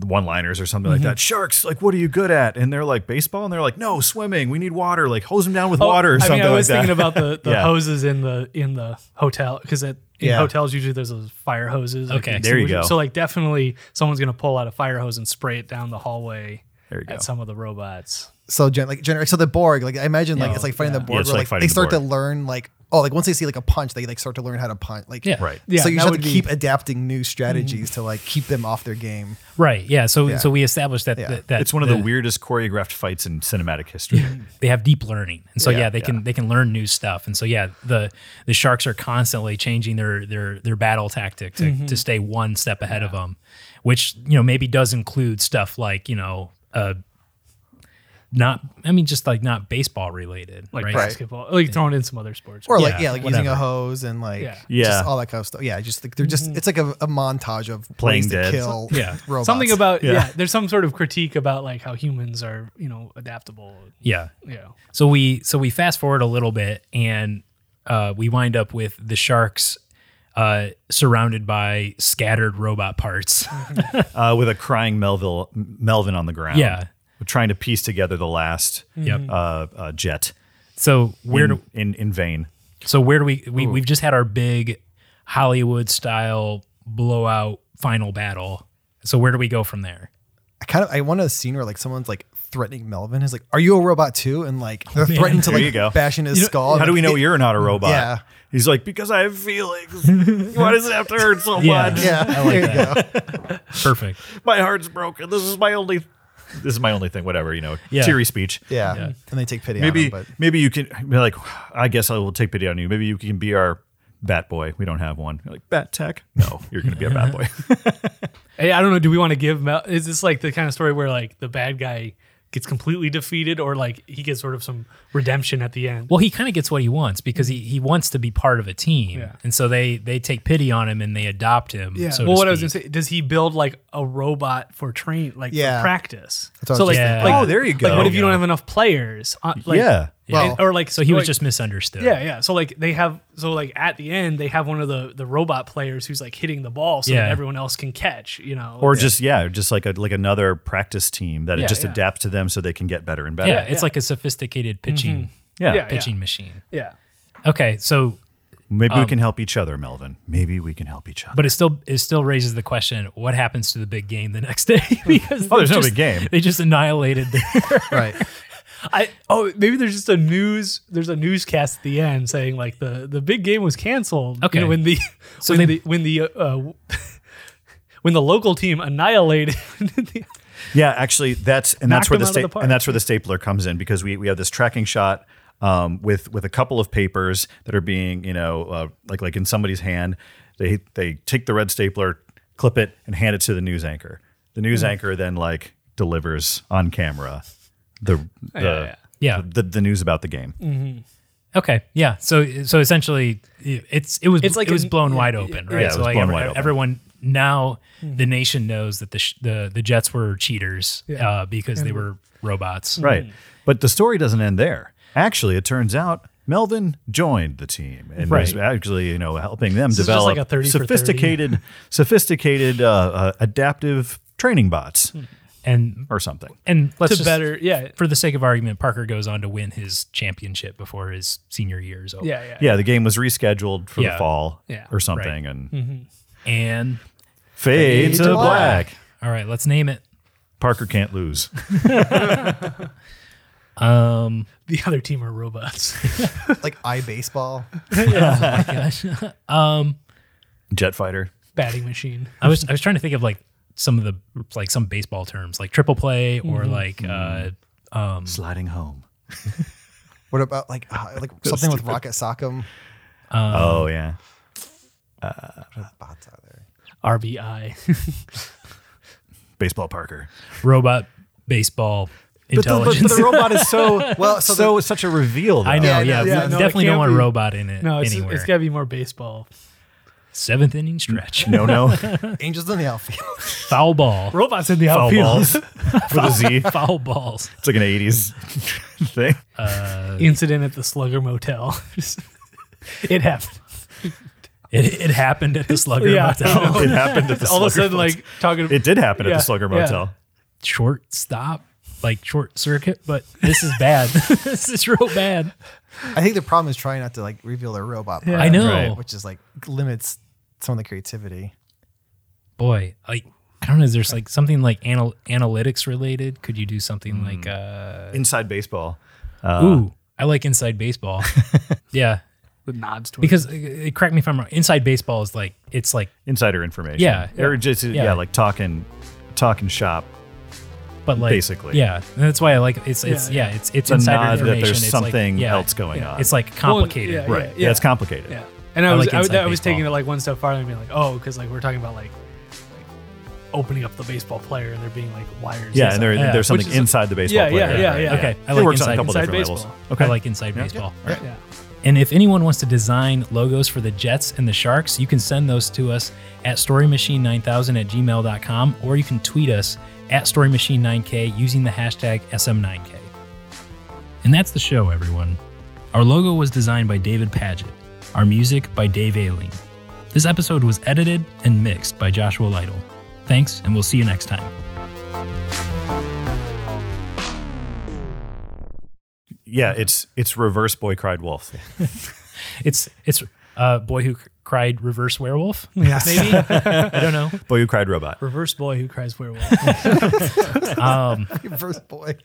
Speaker 2: one-liners or something
Speaker 3: Mm-hmm.
Speaker 2: like that. Sharks, like, what are you good at? And they're like baseball, and they're like, no, swimming. We need water. Like, hose them down with water or
Speaker 3: Oh, I
Speaker 2: something
Speaker 3: mean, I was
Speaker 2: like
Speaker 3: thinking
Speaker 2: that.
Speaker 3: about the, the
Speaker 2: Yeah.
Speaker 3: hoses in the in the hotel because at in
Speaker 4: Yeah.
Speaker 3: hotels usually there's those fire hoses. like,
Speaker 1: Okay.
Speaker 3: the
Speaker 2: There you
Speaker 3: extinguisher.
Speaker 2: go.
Speaker 3: So like definitely someone's gonna pull out a fire hose and spray it down the hallway
Speaker 2: There you go.
Speaker 3: at some of the robots.
Speaker 4: so gen- like gener- so the Borg, like I imagine like
Speaker 3: Yeah.
Speaker 4: it's like fighting the
Speaker 3: Yeah,
Speaker 4: Borg
Speaker 2: it's
Speaker 4: where
Speaker 2: like
Speaker 4: like,
Speaker 2: fighting
Speaker 4: they
Speaker 2: the
Speaker 4: start to
Speaker 2: Borg.
Speaker 4: learn like oh like once they see like a punch, they like start to learn how to punch. Like
Speaker 1: Yeah.
Speaker 2: right.
Speaker 3: Yeah,
Speaker 4: so you
Speaker 3: that
Speaker 4: just have
Speaker 3: would be-
Speaker 4: to
Speaker 3: Mm.
Speaker 4: keep adapting new strategies to like keep them off their game.
Speaker 1: Right. Yeah. So
Speaker 4: Yeah.
Speaker 1: so we established that,
Speaker 4: Yeah.
Speaker 1: that, that
Speaker 2: [LAUGHS] It's one of the weirdest choreographed fights in cinematic history.
Speaker 1: they have deep learning, and so yeah,
Speaker 2: Yeah,
Speaker 1: they can they can learn new stuff, and so yeah, the the sharks are constantly changing their their their battle tactic to, to stay one step ahead of them, which you know maybe does include stuff like you know uh not I mean just like not baseball related
Speaker 3: Like
Speaker 1: right.
Speaker 3: basketball. Like throwing in some other sports.
Speaker 4: Or
Speaker 1: Yeah,
Speaker 4: like yeah, like using
Speaker 1: whatever.
Speaker 4: a hose and like
Speaker 3: Yeah.
Speaker 2: Yeah.
Speaker 4: just all that kind of stuff. Yeah, just like they're just it's like a, a montage of
Speaker 2: Playing
Speaker 4: ways to
Speaker 2: dead.
Speaker 4: kill
Speaker 1: Yeah.
Speaker 4: [LAUGHS] robots.
Speaker 3: Something about
Speaker 2: Yeah.
Speaker 3: yeah. there's some sort of critique about like how humans are, you know, adaptable.
Speaker 1: Yeah.
Speaker 3: You know.
Speaker 1: So we so we fast forward a little bit, and uh, we wind up with the sharks uh, surrounded by scattered robot parts. [LAUGHS]
Speaker 2: uh, with a crying Melville, Melvin on the ground.
Speaker 1: Yeah. Mm-hmm.
Speaker 2: trying to piece together the last
Speaker 1: Yep.
Speaker 2: uh, uh, jet.
Speaker 1: so where do
Speaker 2: in, in in vain.
Speaker 1: So where do we, we we've just had our big Hollywood style blowout final battle. So where do we go from there?
Speaker 4: I kind of I want a scene where like someone's like threatening Melvin. He's like, "Are you a robot too?" And like they're
Speaker 1: man.
Speaker 4: threatening to
Speaker 2: There you go.
Speaker 4: like bash in his skull.
Speaker 2: How do we
Speaker 4: [LAUGHS]
Speaker 2: know
Speaker 4: It-
Speaker 2: you're not a robot?
Speaker 4: Yeah.
Speaker 2: He's like, because I have feelings. [LAUGHS] Why does it have to hurt so
Speaker 1: Yeah.
Speaker 2: much?
Speaker 4: Yeah, there you go.
Speaker 3: [LAUGHS]
Speaker 1: Perfect.
Speaker 2: My heart's broken. This is my only. This is my only thing. Whatever you know.
Speaker 1: Yeah.
Speaker 2: Teary speech.
Speaker 4: Yeah. and they take pity
Speaker 2: Maybe
Speaker 4: on him. But
Speaker 2: maybe you can be like. I guess I will take pity on you. Maybe you can be our bat boy. We don't have one. You're like bat tech. No, you're gonna be a
Speaker 1: [LAUGHS]
Speaker 2: bat boy.
Speaker 3: Hey, I don't know. Do we want to give Mel? Is this like the kind of story where like the bad guy gets completely defeated, or like he gets sort of some redemption at the end?
Speaker 1: Well, he kind of gets what he wants because he, he wants to be part of a team,
Speaker 3: Yeah.
Speaker 1: and so they they take pity on him and they adopt him.
Speaker 3: Yeah.
Speaker 1: So
Speaker 3: well,
Speaker 1: to
Speaker 3: what I was gonna
Speaker 1: speak.
Speaker 3: say, does he build like a robot for train, like
Speaker 4: Yeah.
Speaker 3: for practice?
Speaker 4: what I
Speaker 3: So
Speaker 4: was
Speaker 3: like,
Speaker 1: just thinking.
Speaker 3: like-
Speaker 1: Oh,
Speaker 2: there you
Speaker 3: Like,
Speaker 2: go.
Speaker 3: what if you don't have enough players? Uh,
Speaker 2: [LAUGHS]
Speaker 3: like,
Speaker 2: yeah.
Speaker 4: Well-
Speaker 3: or like,
Speaker 1: so he was
Speaker 3: like-
Speaker 1: just misunderstood.
Speaker 3: Yeah, yeah. So like they have, so like at the end they have one of the the robot players who's like hitting the ball so
Speaker 1: Yeah.
Speaker 3: that everyone else can catch. You know,
Speaker 2: Or just yeah, just like a like another practice team that
Speaker 3: Yeah,
Speaker 2: it just
Speaker 3: yeah.
Speaker 2: adapts to them so they can get better and better.
Speaker 1: Yeah, it's like a sophisticated pitching
Speaker 2: Yeah.
Speaker 3: Mm-hmm. Yeah.
Speaker 1: pitching machine.
Speaker 3: yeah.
Speaker 1: Okay, so
Speaker 2: Maybe
Speaker 3: Um,
Speaker 2: we can help each other, Melvin. Maybe we can help each other.
Speaker 1: but it still it still raises the question: What happens to the big game the next day? [LAUGHS] because
Speaker 2: Oh, there's
Speaker 1: they
Speaker 2: no
Speaker 1: just-
Speaker 2: big game.
Speaker 1: They just annihilated. Their,
Speaker 4: right,
Speaker 3: I oh maybe there's just a news there's a newscast at the end saying like the the big game was canceled.
Speaker 1: Okay.
Speaker 3: you know, when the
Speaker 1: [LAUGHS] So
Speaker 3: when
Speaker 1: they-
Speaker 3: the when the uh, uh, [LAUGHS] when the local team annihilated. [LAUGHS] the,
Speaker 2: Yeah, actually, that's and
Speaker 3: Knocked
Speaker 2: that's where the,
Speaker 3: them out of
Speaker 2: sta-
Speaker 3: the park.
Speaker 2: and that's where the stapler comes in because we we have this tracking shot um, with with a couple of papers that are being you know uh, like like in somebody's hand. They they take the red stapler, clip it, and hand it to the news anchor. The news
Speaker 3: Hmm.
Speaker 2: anchor then like delivers on camera the the
Speaker 3: yeah,
Speaker 1: yeah.
Speaker 2: The, the, news about the game.
Speaker 1: Okay, yeah. So so essentially, it's it was
Speaker 3: It's like
Speaker 1: it was
Speaker 3: an-
Speaker 1: blown
Speaker 3: yeah,
Speaker 1: wide open, right?
Speaker 2: yeah, it
Speaker 1: so
Speaker 2: was
Speaker 1: like
Speaker 2: blown
Speaker 1: every-
Speaker 2: wide open. Hmm.
Speaker 1: everyone now the nation knows that the sh- the the Jets were cheaters uh, because they were robots,
Speaker 2: Right. But the story doesn't end there. Actually, it turns out Melvin joined the team and was
Speaker 1: Right.
Speaker 2: actually, you know, helping them
Speaker 3: is just
Speaker 2: develop
Speaker 3: like a 30 for 30.
Speaker 2: sophisticated, sophisticated uh, uh, adaptive training bots
Speaker 1: And
Speaker 2: or something.
Speaker 1: and let's
Speaker 3: to
Speaker 1: just-
Speaker 3: better
Speaker 1: [LAUGHS]
Speaker 3: yeah
Speaker 1: for the sake of argument, Parker goes on to win his championship before his senior year is over.
Speaker 3: yeah yeah
Speaker 2: Yeah, the game was rescheduled for
Speaker 1: Yeah.
Speaker 2: the fall
Speaker 3: Yeah.
Speaker 2: or something, and
Speaker 1: And
Speaker 2: fade to
Speaker 4: to
Speaker 2: black.
Speaker 1: all right, let's name it.
Speaker 2: Parker can't lose.
Speaker 3: The other team are robots. [LAUGHS]
Speaker 4: like eye baseball.
Speaker 2: Jet fighter.
Speaker 3: Batting machine.
Speaker 1: I was I was trying to think of like some of the like some baseball terms like triple play or
Speaker 2: Mm-hmm.
Speaker 1: like uh,
Speaker 2: Sliding home.
Speaker 4: What about like uh, like something with rocket sock'em?
Speaker 2: oh, yeah.
Speaker 4: Bots out there.
Speaker 3: RBI.
Speaker 2: Baseball Parker.
Speaker 1: robot baseball intelligence.
Speaker 2: robot is so,
Speaker 4: Well, so
Speaker 2: so such a reveal.
Speaker 1: I know, yeah,
Speaker 4: Yeah, I know,
Speaker 1: we
Speaker 4: yeah, no, it
Speaker 1: definitely don't
Speaker 3: can't
Speaker 1: want
Speaker 3: be-
Speaker 1: robot in it
Speaker 3: [LAUGHS] No, it's,
Speaker 1: anywhere.
Speaker 3: it's got to be more baseball.
Speaker 1: Seventh inning
Speaker 3: [LAUGHS]
Speaker 1: stretch.
Speaker 2: No, no.
Speaker 4: Angels in the outfield. [LAUGHS]
Speaker 1: Foul ball.
Speaker 3: Robots in the
Speaker 2: Foul
Speaker 3: outfield. [LAUGHS]
Speaker 2: balls [LAUGHS] with a Z.
Speaker 1: Foul balls.
Speaker 2: It's like an 80s [LAUGHS] thing.
Speaker 3: Incident at the Slugger Motel. [LAUGHS] it happened.
Speaker 1: It, it happened at the Slugger
Speaker 3: Yeah.
Speaker 1: Motel.
Speaker 2: It happened at the
Speaker 3: Oh. [LAUGHS] All of a
Speaker 2: Slugger
Speaker 3: sudden, like talking.
Speaker 2: It did happen at
Speaker 3: Yeah,
Speaker 2: the Slugger
Speaker 3: yeah.
Speaker 2: Motel.
Speaker 1: Short stop, like short circuit, but this is
Speaker 3: [LAUGHS]
Speaker 1: bad. this is real bad.
Speaker 4: I think the problem is trying not to like reveal their robot.
Speaker 1: I know.
Speaker 2: Right.
Speaker 4: which is like limits some of the creativity.
Speaker 1: Boy, like, I don't know. Is there's like something like anal- analytics related? Could you do something
Speaker 3: Hmm.
Speaker 1: like, uh,
Speaker 2: Inside baseball.
Speaker 1: ooh, I like inside baseball. yeah.
Speaker 3: With nods to
Speaker 1: Because, uh, correct me if I'm wrong, inside baseball is like, it's like,
Speaker 2: Insider information.
Speaker 1: Yeah,
Speaker 2: Or just, yeah,
Speaker 1: Yeah.
Speaker 2: like talking, talking shop.
Speaker 1: but like
Speaker 2: Basically.
Speaker 1: yeah and that's why i like it's it's
Speaker 3: Yeah,
Speaker 1: yeah, it's it's
Speaker 2: a
Speaker 1: insider
Speaker 2: nod that
Speaker 1: information
Speaker 2: there's
Speaker 1: it's
Speaker 2: something
Speaker 1: like, yeah,
Speaker 2: else going
Speaker 1: yeah,
Speaker 2: on.
Speaker 1: it's like complicated
Speaker 3: yeah.
Speaker 2: Right. Yeah, it's complicated.
Speaker 3: Yeah, and I
Speaker 1: I
Speaker 3: was
Speaker 1: like
Speaker 3: I, was-
Speaker 1: inside
Speaker 3: I was taking it
Speaker 1: baseball.
Speaker 3: like one step farther and being like, oh, because like we're talking about like, like opening up the baseball player and there being like wires.
Speaker 2: Yeah, and there,
Speaker 1: Yeah.
Speaker 2: there's something
Speaker 3: Which is-
Speaker 2: inside the baseball
Speaker 3: yeah,
Speaker 2: player.
Speaker 3: yeah, yeah, yeah.
Speaker 1: okay i
Speaker 2: It
Speaker 1: like
Speaker 2: works on a
Speaker 1: inside,
Speaker 2: couple
Speaker 1: inside
Speaker 2: different
Speaker 3: baseball.
Speaker 2: levels.
Speaker 1: i
Speaker 2: Okay.
Speaker 1: like inside baseball
Speaker 3: Yeah. yeah.
Speaker 1: and if anyone wants to design logos for the jets and the sharks you can send those to us at storymachine9000 at gmail.com or you can tweet us at storymachine9k using the hashtag sm9k and that's the show everyone our logo was designed by david paget our music by dave ailing this episode was edited and mixed by joshua lytle thanks and we'll see you next time
Speaker 2: Yeah, it's it's reverse boy cried wolf. [LAUGHS]
Speaker 1: It's it's uh, boy who C- cried reverse werewolf.
Speaker 3: Yes.
Speaker 1: maybe I don't know.
Speaker 2: boy who cried robot.
Speaker 3: Reverse boy who cries werewolf.
Speaker 1: Um,
Speaker 4: [LAUGHS] First boy.